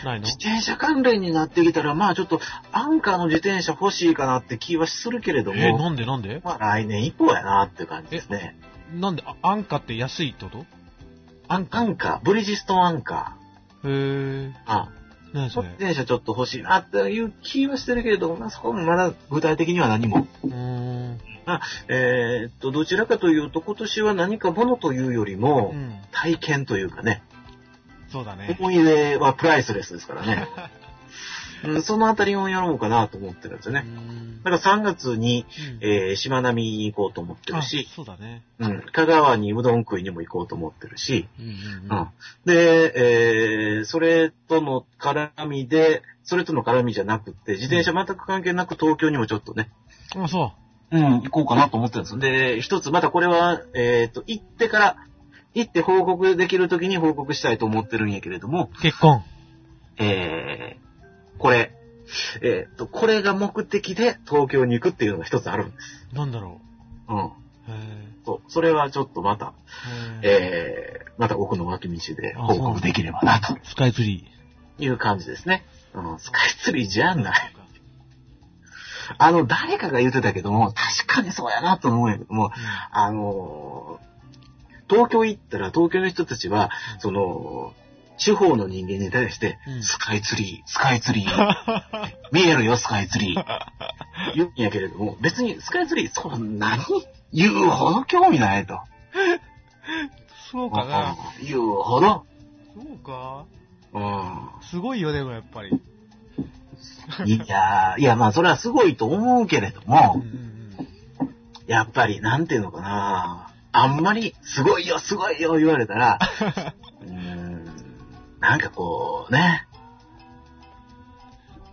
Speaker 2: ないの
Speaker 1: 自転車関連になってきたら、まあちょっと、アンカーの自転車欲しいかなって気はするけれども、
Speaker 2: え、なんでなんで
Speaker 1: まあ来年以降やなっていう感じですね。
Speaker 2: なんで、あ安価って安いってこと
Speaker 1: アンアンカー、ブリヂストンアンカ
Speaker 2: へえ。
Speaker 1: ー。あ、
Speaker 2: 何
Speaker 1: そ
Speaker 2: そ
Speaker 1: の
Speaker 2: れ
Speaker 1: 自転車ちょっと欲しいなっていう気はしてるけれども、まあそこもまだ具体的には何も。
Speaker 2: うーん。
Speaker 1: えーっと、どちらかというと、今年は何かものというよりも
Speaker 2: う、ん。
Speaker 1: 体験というかね、
Speaker 2: そうだね。
Speaker 1: 思い出はプライスレスですから ね。うん、そのあたりをやろうかなと思ってるんですよ
Speaker 2: うー
Speaker 1: ね。だ
Speaker 2: ん。
Speaker 1: から3月に、
Speaker 2: うん
Speaker 1: えー、しまなみに行こうと思ってるし
Speaker 2: あ、そうだね。
Speaker 1: うん、香川にうどん食いにも行こうと思ってるし、
Speaker 2: うんうん
Speaker 1: う
Speaker 2: うんん。
Speaker 1: で、えー、それとの絡みで、それとの絡みじゃなくて、自転車全く関係なく東京にもちょっとね、
Speaker 2: あ、そ
Speaker 1: うん、行こうかなと思ってるんですよ。で、一つまたこれは、えっ、と、行ってから、行って報告できる時に報告したいと思ってるんやけれども、
Speaker 2: う。結婚。
Speaker 1: えー、これ、えっ、と、これが目的で東京に行くっていうのが一つあるんです。
Speaker 2: なんだろ
Speaker 1: うん。
Speaker 2: う。へ
Speaker 1: そう。それはちょっとまた、
Speaker 2: え。へえ
Speaker 1: えー、また奥の脇道で報告できればな、と
Speaker 2: スカイツリー。
Speaker 1: いう感じですね。うん、スカイツリーじゃない。
Speaker 2: そうか
Speaker 1: あの、誰かが言ってたけども、確かにそうやなと思うんやけども、あのー東京行ったら東京の人たちは、その、地方の人間に対して、
Speaker 2: うん
Speaker 1: スカイツリー、スカイツリー、見えるよ、スカイツ リー。言うんやけれども、別にスカイツリー、そんなに言うほど興味ないと。
Speaker 2: そうかな。
Speaker 1: うん言うほど。
Speaker 2: そうか。
Speaker 1: うん
Speaker 2: すごいよ、でもやっぱり。う
Speaker 1: いやー、いや、まあ、それはすごいと思うけれども
Speaker 2: んう、ん
Speaker 1: やっぱり、なんていうのかな、あんまり、すごいよ、すごいよ、言われたら、うーん、なんかこう、ね、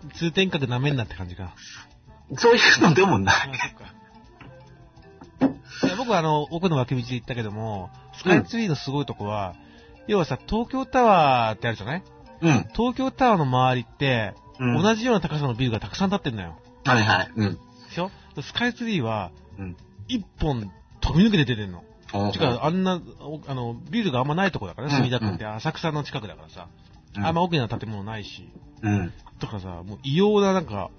Speaker 2: うん。通天閣なめんなって感じか。
Speaker 1: そういうのでもな
Speaker 2: あ
Speaker 1: い。
Speaker 2: そっ かいや僕はあの、奥の脇道で行ったけども、スカイツリーのすごいとこは、要はさ、東京タワーってあるじゃない
Speaker 1: うん。
Speaker 2: 東京タワーの周りって、
Speaker 1: うん、
Speaker 2: 同じような高さのビルがたくさん建ってんのよ。
Speaker 1: はいはい。うん。
Speaker 2: でしょでスカイツリーは
Speaker 1: うん、
Speaker 2: 一本飛び抜けて出てんの。
Speaker 1: お
Speaker 2: てか、あんな、おあの、ビルがあんまないとこだからね、
Speaker 1: うん
Speaker 2: 墨田区って浅草の近くだからさ、あんま大きな建物ないし、
Speaker 1: うん。
Speaker 2: とかさ、もう異様ななんか、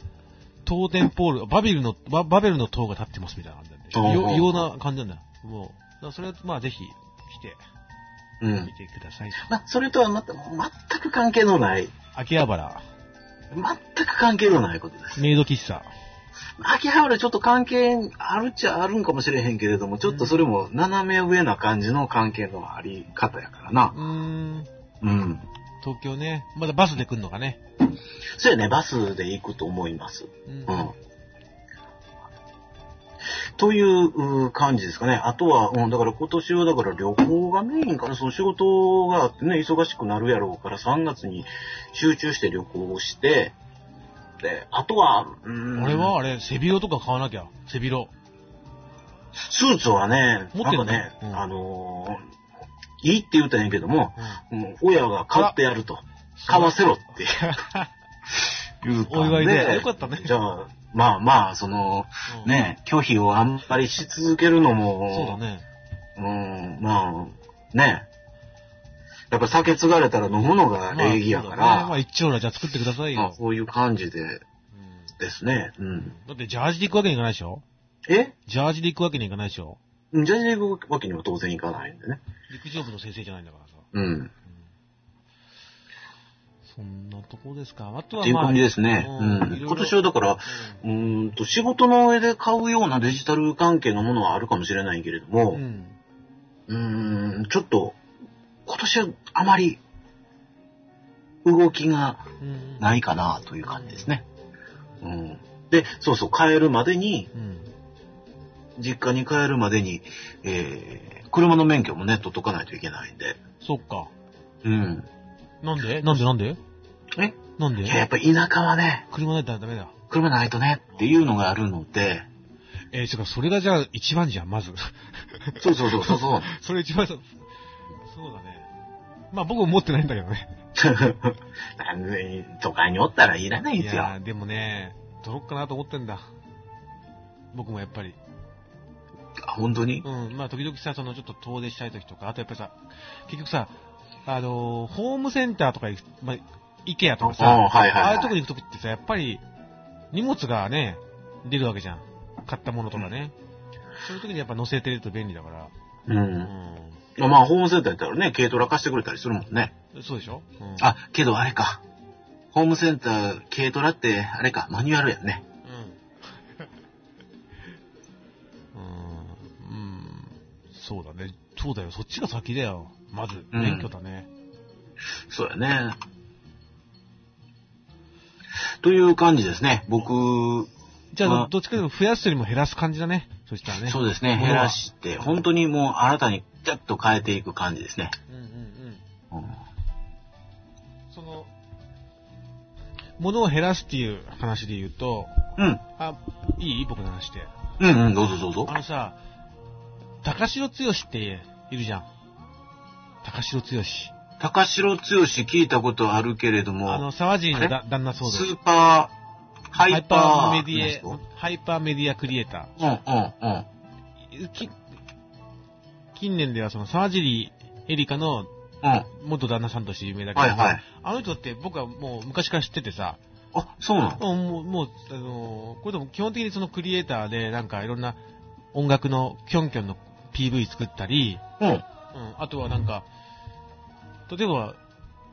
Speaker 2: 東電ポール、バビルの、ババベルの塔が立ってますみたいな感じなんで、
Speaker 1: おう
Speaker 2: 異様異様な感じなんだよ。ども、だからそれはまあぜひ来て
Speaker 1: うん
Speaker 2: 見。てくださいと。
Speaker 1: まあ、それとはまた、全く関係のない、
Speaker 2: 秋葉原、
Speaker 1: 全く関係のないことです。
Speaker 2: メイド喫茶。
Speaker 1: 秋葉原ちょっと関係あるっちゃあるんかもしれへんけれども、ちょっとそれも斜め上な感じの関係のあり方やからな
Speaker 2: う。ーん、
Speaker 1: うん。
Speaker 2: 東京ね。まだバスで来るのかね。
Speaker 1: そうやね、バスで行くと思います。
Speaker 2: うん
Speaker 1: うん。といううー感じですかね。あとは、うん、だから今年はだから旅行がメインかな。その仕事があってね、忙しくなるやろうから3月に集中して旅行をして、で、あとは、うん、
Speaker 2: 俺はあれ、背広とか買わなきゃ。背広。
Speaker 1: スーツはね、
Speaker 2: 持っ
Speaker 1: な
Speaker 2: てるの
Speaker 1: んかね、
Speaker 2: うん
Speaker 1: あのーいいって言うたらいいけども、もう親が買ってやると。買わせろって 言うたんで。
Speaker 2: お祝いで。よかったね。
Speaker 1: じゃあ、まあまあ、その、
Speaker 2: うん
Speaker 1: ね、拒否をあんまりし続けるのも、
Speaker 2: そうだね。
Speaker 1: うん、まあ、ね。やっぱ酒継がれたら飲むのが礼儀やから、
Speaker 2: まあそうだねまあ一丁らじゃあ作ってください
Speaker 1: まあ
Speaker 2: よ。
Speaker 1: そういう感じで
Speaker 2: うん
Speaker 1: ですね。うん。
Speaker 2: だってジャージで行くわけにいかないでしょ
Speaker 1: え
Speaker 2: ジャージで行くわけにいかないでしょ
Speaker 1: ジャージで行くわけには当然いかないんでね。
Speaker 2: 陸上部の先生じゃないんだからさ。
Speaker 1: うん。
Speaker 2: そんなとこですか。あと
Speaker 1: っ
Speaker 2: は
Speaker 1: ていう
Speaker 2: まあ、
Speaker 1: 感じですね。
Speaker 2: まあ
Speaker 1: う
Speaker 2: うん
Speaker 1: ん。
Speaker 2: いろいろ
Speaker 1: 今年はだから、うーんと、仕事の上で買うようなデジタル関係のものはあるかもしれないけれど
Speaker 2: う
Speaker 1: も、
Speaker 2: ん。
Speaker 1: うーん、ちょっと、今年はあまり動きが
Speaker 2: うん。
Speaker 1: ないかなという感じですね。うん。で、そうそう、帰るまでに、
Speaker 2: うん。
Speaker 1: 実家に帰るまでに、えー、車の免許もね、取っとかないといけないんで。
Speaker 2: そっか。
Speaker 1: うん。
Speaker 2: なんでなんでなんで
Speaker 1: え
Speaker 2: なん
Speaker 1: いやや
Speaker 2: で
Speaker 1: っぱ田舎はね、
Speaker 2: 車だったらダメだ。
Speaker 1: 車ないとね、っていうのがあるので、
Speaker 2: えー、ちょっとそれがじゃあ一番じゃん、まず。
Speaker 1: そうそうそうそう そう。
Speaker 2: それ一番さ、そうだね。まあ僕持ってないんだけどね。
Speaker 1: 完全に都会におったらいらないん
Speaker 2: い
Speaker 1: ですよ。
Speaker 2: やーでもね、取ろっかなと思ってんだ。僕もやっぱり。
Speaker 1: あ本当に
Speaker 2: うん、まあ時々さ、そのちょっと遠出したい時とか、あとやっぱりさ、結局さ、あのーホームセンターとか行く、まあ、イケアとか
Speaker 1: あ
Speaker 2: さ、
Speaker 1: あ、はい
Speaker 2: あ
Speaker 1: は
Speaker 2: あ
Speaker 1: い
Speaker 2: いうとこ
Speaker 1: はい。
Speaker 2: に行く時ってさ、やっぱり、荷物がね、出るわけじゃん。買ったものとかね。そういう時にやっぱ乗せてると便利だから。
Speaker 1: う。
Speaker 2: うんん。
Speaker 1: まあ、ホームセンターやったらね、軽トラ貸してくれたりするもんね。
Speaker 2: そうでしょ、うん、
Speaker 1: あ、けどあれか。ホームセンター、軽トラって、あれか、マニュアルやんね。
Speaker 2: うん。うん。うん。そうだね。そうだよ。そっちが先だよ。まず、
Speaker 1: うん
Speaker 2: 免許だね。
Speaker 1: そうやね。という感じですね。僕、
Speaker 2: じゃあ、
Speaker 1: まあ
Speaker 2: どっちかというと増やすよりも減らす感じだね。そしたらね。
Speaker 1: そうですね、
Speaker 2: ものは
Speaker 1: 減らして、本当にもう新たにちゃっと変えていく感じですね。
Speaker 2: うんうんうん。
Speaker 1: うん
Speaker 2: その、物を減らすっていう話で言うと、
Speaker 1: うん、
Speaker 2: あ、いい僕の話で。
Speaker 1: うん、うん、どうぞどうぞ
Speaker 2: あ。のさ、高城剛っているじゃん。高城剛。
Speaker 1: 高城剛聞いたことあるけれど
Speaker 2: あ
Speaker 1: も、
Speaker 2: の、沢尻
Speaker 1: あれ
Speaker 2: のだ旦那そう
Speaker 1: ス
Speaker 2: だ
Speaker 1: ーパー、ハ
Speaker 2: ハ
Speaker 1: イ
Speaker 2: イパ
Speaker 1: パー
Speaker 2: ーメディ
Speaker 1: の人
Speaker 2: ア、ハイパーメディアクリエイタ
Speaker 1: うん、うん、うん。
Speaker 2: ー。き近年ではその沢尻エリカの
Speaker 1: うん。はい
Speaker 2: 元旦那さんとして有名だけど、
Speaker 1: はい。
Speaker 2: あの人って僕はもう昔から知っててさ、
Speaker 1: あ、そうなの
Speaker 2: もう、もうもう、あのーこれでも基本的にそのクリエイターで、なんかいろんな音楽のキョンキョンの PV 作ったり、
Speaker 1: うん。
Speaker 2: うん、あとはなんか、例えば、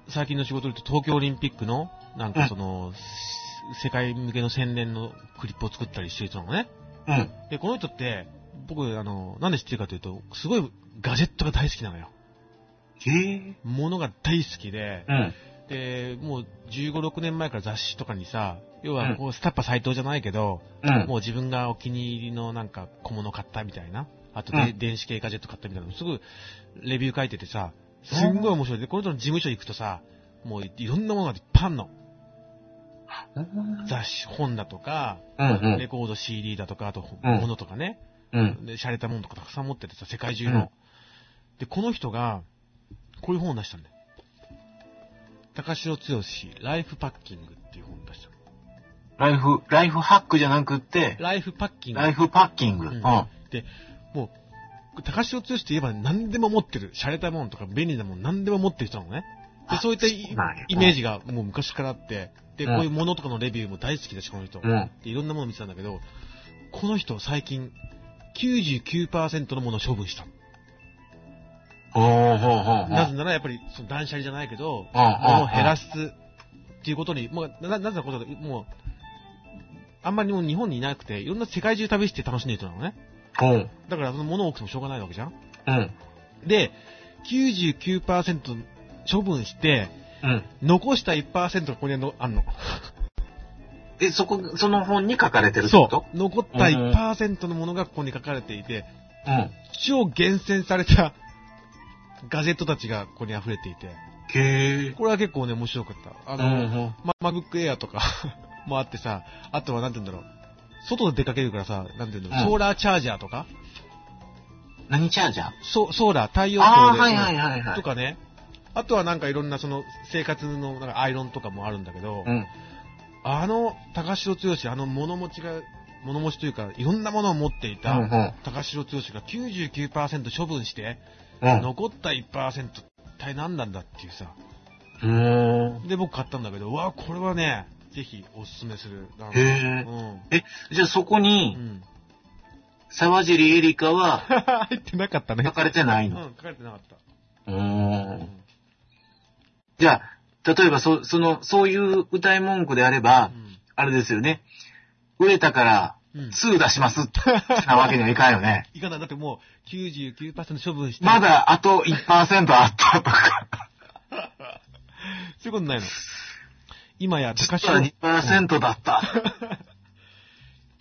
Speaker 2: 最近の仕事で言うと東京オリンピックの、なんかその、せ世界向けの宣伝のクリップを作ったりしてる人なのね。
Speaker 1: うん。
Speaker 2: で、この人って、僕、あの、なんで知ってるかというと、すごいガジェットが大好きなのよ。
Speaker 1: へえ。
Speaker 2: 物が大好きで、
Speaker 1: うん。
Speaker 2: で、もう15、6年前から雑誌とかにさ、要
Speaker 1: う
Speaker 2: は
Speaker 1: ん
Speaker 2: こう、スタッパ斎藤じゃないけど、
Speaker 1: うん。
Speaker 2: もう自分がお気に入りのなんか小物買ったみたいな、あとで、
Speaker 1: うん
Speaker 2: 電子系ガジェット買ったみたいなの、すぐレビュー書いててさ、すんごい面白い。で、この人の事務所行くとさ、もういろんなものがパンの
Speaker 1: うん。
Speaker 2: 雑誌、本だとか、
Speaker 1: うん。
Speaker 2: レコード、CD だとか、あと
Speaker 1: うん
Speaker 2: 物とかね、
Speaker 1: うん。
Speaker 2: で、洒落たものとかたくさん持っててさ、世界中の。で、この人が、こういう本を出したんだよ。高城剛、ライフパッキングっていう本を出したの。
Speaker 1: ライフ、ライフハックじゃなくって、
Speaker 2: ライフパッキング。
Speaker 1: ライフパッキング。う。
Speaker 2: うんん
Speaker 1: あ
Speaker 2: で、もう、高城剛って言えば何でも持ってる、洒落たものとか便利なもの何でも持ってる人なのね。で、そういったい
Speaker 1: そうなんや
Speaker 2: イメージがもう昔からあって、で、
Speaker 1: うん
Speaker 2: こういうものとかのレビューも大好きだし、この人。
Speaker 1: うん
Speaker 2: で、いろんなもの見てたんだけど、この人最近、 99%のものを処分した。
Speaker 1: ほうほうほうほう。
Speaker 2: なぜならやっぱり、その断捨離じゃないけ
Speaker 1: う
Speaker 2: ど、
Speaker 1: んうんうん
Speaker 2: 物を減らすっていうことに、もう、ななぜなことか、もう、あんまりもう日本にいなくて、いろんな世界中旅して楽しんでる人なのね。
Speaker 1: うん。
Speaker 2: だからその物を置くともしょうがないわけじゃん。
Speaker 1: うん。
Speaker 2: で、99%処分して、
Speaker 1: うん。
Speaker 2: 残した1%がここにあんのあんの。
Speaker 1: え、そこ、その本に書かれてるってこ
Speaker 2: そ
Speaker 1: と
Speaker 2: う。残った1%のものがここに書かれていて、
Speaker 1: う。うん。
Speaker 2: 超厳選された ガジェットたちがここに溢れていて、
Speaker 1: へえ。
Speaker 2: これは結構ね、面白かった。あ
Speaker 1: うん
Speaker 2: の、ま、マグックエアとか もあってさ、あとはなんて言うんだろう。外で出かけるからさ、なんて言うんだろ
Speaker 1: う
Speaker 2: う、
Speaker 1: ん
Speaker 2: ソーラーチャージャーとか、
Speaker 1: 何チャージャー
Speaker 2: ソソーラー、太陽
Speaker 1: ああ
Speaker 2: 光
Speaker 1: ー、
Speaker 2: で、
Speaker 1: はいはいはいはい
Speaker 2: と。かね、あとはなんかいろんなその生活のなんかアイロンとかもあるんだけど、
Speaker 1: うん。
Speaker 2: あの高城剛、あの物持ちが、物持ちというか、いろんなものを持っていた、
Speaker 1: うんうん
Speaker 2: 高城剛が99%処分して、
Speaker 1: うん。
Speaker 2: 残った1%一体何なんだっていうさ。
Speaker 1: うーん。
Speaker 2: で、僕買ったんだけど、うわ、これはね、ぜひおすすめする。なんか
Speaker 1: へ
Speaker 2: うん。
Speaker 1: え。じゃあそこ
Speaker 2: う
Speaker 1: に、
Speaker 2: ん。
Speaker 1: 沢尻エリカは
Speaker 2: 入ってなかったね
Speaker 1: 書。かれてな
Speaker 2: う
Speaker 1: い
Speaker 2: ん、
Speaker 1: の。
Speaker 2: 書かれてなかった。
Speaker 1: う
Speaker 2: う
Speaker 1: ーん。
Speaker 2: ん
Speaker 1: じゃあ、例えばそ、その、そういう歌い文句であれば、あれですよね。売れたから、
Speaker 2: うん。
Speaker 1: 2出しますってなわけにはいかんよね。
Speaker 2: いかない。だってもう99%処分して。
Speaker 1: ま。だあと1%あったとか、
Speaker 2: そういうことないの。今や、高
Speaker 1: 実
Speaker 2: 城
Speaker 1: は2%だった。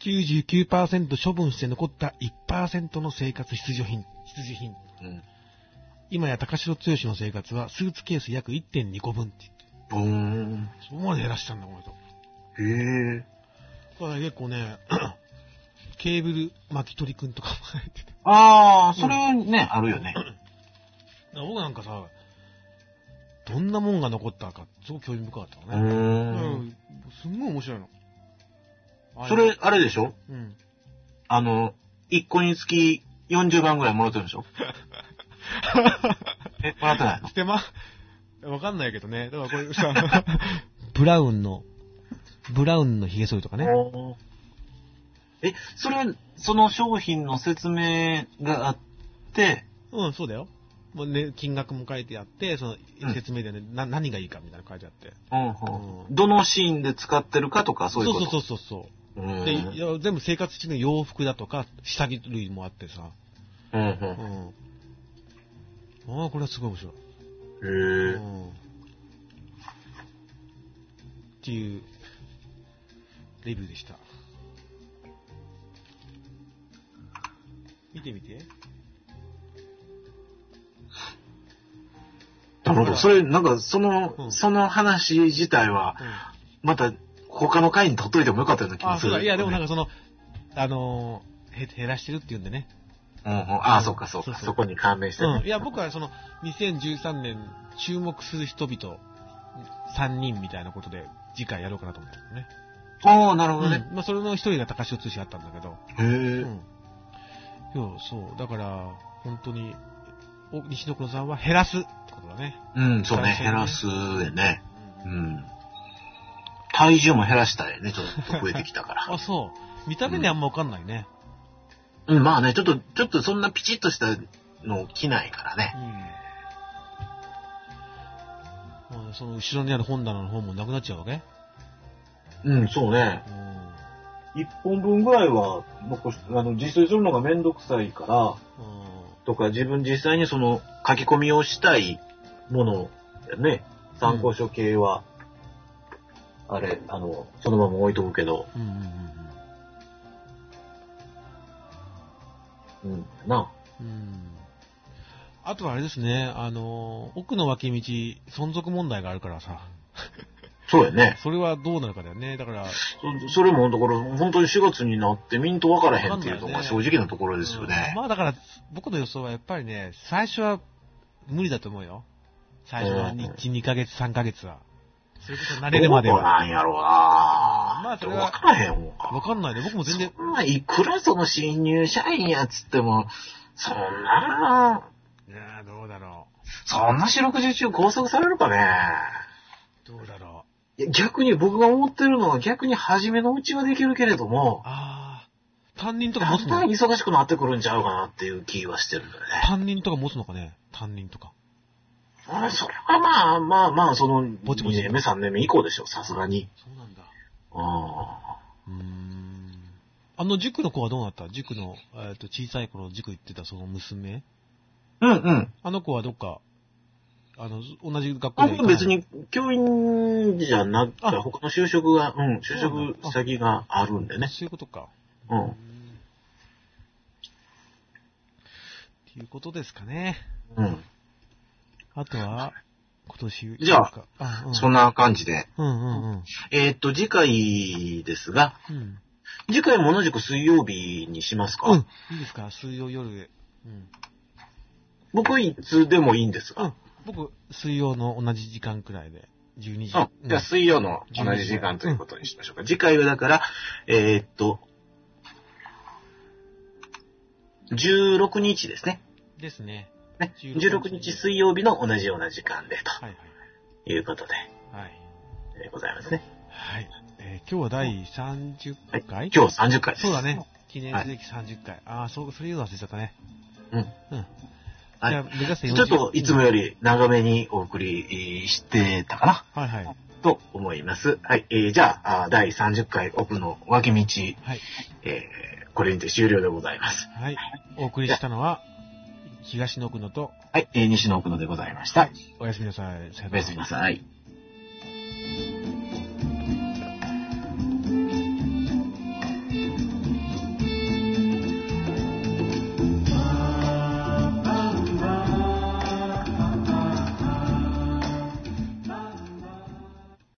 Speaker 2: 99%処分して残った1%の生活必需品。必需品。
Speaker 1: うん。
Speaker 2: 今や高城剛の生活はスーツケース約1.2個分って言って。
Speaker 1: ボーン。
Speaker 2: そこまで減らしたんだ、これと。
Speaker 1: へえ。
Speaker 2: だから結構ね、 ケーブル巻き取りくんとかも入ってて。
Speaker 1: ああ、それはね、あるよね。
Speaker 2: だから僕なんかさ、どんなもんが残ったか、すごく興味深かった
Speaker 1: う。
Speaker 2: わね。うんん。すんごい面白いの。あ
Speaker 1: それ、あれでしょ
Speaker 2: うん。
Speaker 1: あの、1個につき40番ぐらいもらってるでし ょえ、もらってないの
Speaker 2: 捨てま、 わかんないけどね。だからこ れさ、ブラウンの、ブラウンの髭剃りとかね。
Speaker 1: おーえ、それは、その商品の説明があって、
Speaker 2: うん、そうだよ。もうね、金額も書いてあって、
Speaker 1: う
Speaker 2: そ
Speaker 1: ん
Speaker 2: の説明でね、な何がいいかみたいなの書いてあって。
Speaker 1: うん
Speaker 2: ん
Speaker 1: どのシーンで使ってるかとか、そういうこと。
Speaker 2: そうそうそうそう。
Speaker 1: う
Speaker 2: で、
Speaker 1: ん
Speaker 2: いや全部生活中の洋服だとか、下着類もあってさ。
Speaker 1: うん
Speaker 2: う。
Speaker 1: うん
Speaker 2: ああ、これはすごい面白い。
Speaker 1: ん。へ
Speaker 2: う
Speaker 1: え。
Speaker 2: ん。っていう、レビューでした。見てみて。
Speaker 1: なるほど。それ、なんか、その、
Speaker 2: うん
Speaker 1: その話自体は、
Speaker 2: うん
Speaker 1: また、他の回に取っといてもよかったような気
Speaker 2: あ
Speaker 1: が
Speaker 2: あ、
Speaker 1: す
Speaker 2: そう
Speaker 1: る、
Speaker 2: だ。いや、でもなん
Speaker 1: か、
Speaker 2: かその、あのーへ減らしてるって言うんでね。
Speaker 1: うんうん、ああ、そうか、そう
Speaker 2: そう
Speaker 1: か。
Speaker 2: そう
Speaker 1: そこに関連してね
Speaker 2: うん。いや、僕はその、2013年、注目する人々、3人みたいなことで、次回やろうかなと思ってるね。
Speaker 1: おおなるほどね。
Speaker 2: うんまあ、それの一人が高潮通信あったんだけど、
Speaker 1: へ
Speaker 2: うん。そう、そう。だから、本当に、お西野黒さんは減らすってことだね。
Speaker 1: え。うん、そうね。
Speaker 2: そうね
Speaker 1: 減らすでね。う
Speaker 2: うん
Speaker 1: ん。体重も減らしたいね。ちょっと増えてきたから。
Speaker 2: あ、そう。見た目にあんまわかんないね。
Speaker 1: うん、まあね、ちょっと、ちょっとそんなピチッとしたの着ないからね
Speaker 2: う。ん。まあその後ろにある本棚の方もなくなっちゃうわけ
Speaker 1: うん、そうね。
Speaker 2: うん。
Speaker 1: 一本分ぐらいは残し、あの、自炊するのがめんどくさいから、
Speaker 2: うん
Speaker 1: とか自分実際にその書き込みをしたいものやね、参考書系は、あれ、あの、そのまま置いとくけど、
Speaker 2: うんうんうん
Speaker 1: うん、な。
Speaker 2: うん。うん。あとはあれですね、あの、奥の脇道、存続問題があるからさ、
Speaker 1: そうやね。
Speaker 2: それはどうなるかだよね。だから、
Speaker 1: そそれも、だから、本当に4月になって、ミント分からへんっていうの
Speaker 2: わかんな
Speaker 1: が
Speaker 2: いね
Speaker 1: 正直なところですよね
Speaker 2: うん。まあだから、僕の予想はやっぱりね、最初は無理だと思うよ。最初は
Speaker 1: うん
Speaker 2: 1、2ヶ月、3ヶ月は。それこそ慣れるまで
Speaker 1: どう
Speaker 2: は。
Speaker 1: なんやろうな
Speaker 2: まあそれは
Speaker 1: 分からへんもんか。
Speaker 2: わかんないで、僕も全然、
Speaker 1: そんないくらその新入社員やっつっても、そんな、
Speaker 2: いやーどうだろ
Speaker 1: そんな四六時中拘束されるかね。
Speaker 2: う。どうだろう。
Speaker 1: いや逆に僕が思ってるのは逆に初めのうちはできるけれども、
Speaker 2: あ担任とか
Speaker 1: だ
Speaker 2: 持
Speaker 1: ん
Speaker 2: つ
Speaker 1: だん
Speaker 2: の
Speaker 1: 忙しくなってくるんちゃうかなっていう気はしてるんだよね。
Speaker 2: 担任とか持つのかね担任とか。
Speaker 1: うんそれはまあまあまあ、その、
Speaker 2: ぼちぼち
Speaker 1: 2年目、3年目以降でしょ、さすがに。
Speaker 2: そうなんだ。
Speaker 1: あ
Speaker 2: うーん。あの塾の子はどうなった塾の、えっ、と、小さい頃塾行ってたその娘
Speaker 1: あ。うんうん。
Speaker 2: あの子はどっか、あの、同じ学校
Speaker 1: あ
Speaker 2: で
Speaker 1: 僕別。に教員じゃなくて、
Speaker 2: あ
Speaker 1: 他の就職が、うん、
Speaker 2: そう
Speaker 1: 就
Speaker 2: なんだ
Speaker 1: 職先があるんでね。
Speaker 2: そういうことか。
Speaker 1: うん
Speaker 2: ーっていうことですかね。
Speaker 1: うん。
Speaker 2: あとは、今年。
Speaker 1: じゃあ
Speaker 2: なんか、あうん、
Speaker 1: そんな感じで。
Speaker 2: うんうんうん。
Speaker 1: えーっと、次回ですが、
Speaker 2: うん。
Speaker 1: 次回も同じく水曜日にしますか、
Speaker 2: うん。いいですか水曜夜へ。うん。
Speaker 1: 僕いつでもいいんです
Speaker 2: うん
Speaker 1: が。。
Speaker 2: 僕、水曜の同じ時間くらいで、12時。
Speaker 1: うん。じゃあ水曜の同じ時間ということにしましょうか。次回はだから、えーっと、16日ですね。
Speaker 2: ですね。
Speaker 1: ね
Speaker 2: 16
Speaker 1: 16日水曜日の同じような時間で
Speaker 2: はいはい
Speaker 1: ということで、
Speaker 2: はい。はい。
Speaker 1: えーございますね。
Speaker 2: はい。えー今日は第30回、
Speaker 1: 今日30回です。
Speaker 2: そうだね。。記念すべき30回。ああ、そう、それ言うの忘れちゃったね。
Speaker 1: うん
Speaker 2: うん。
Speaker 1: はい
Speaker 2: じゃあ、目指せ
Speaker 1: ち
Speaker 2: 40
Speaker 1: ょっといつもより長めにお送りしてたかな
Speaker 2: はいはい。
Speaker 1: と思います。はい。えーじゃあ、あー第30回奥の脇道、
Speaker 2: はい。
Speaker 1: えーこれにて終了でございます。
Speaker 2: はい。お送りしたのは、東野くのと、
Speaker 1: はい。えー西野奥野でございました。
Speaker 2: おやすみなさい。さよ
Speaker 1: おやすみなさい。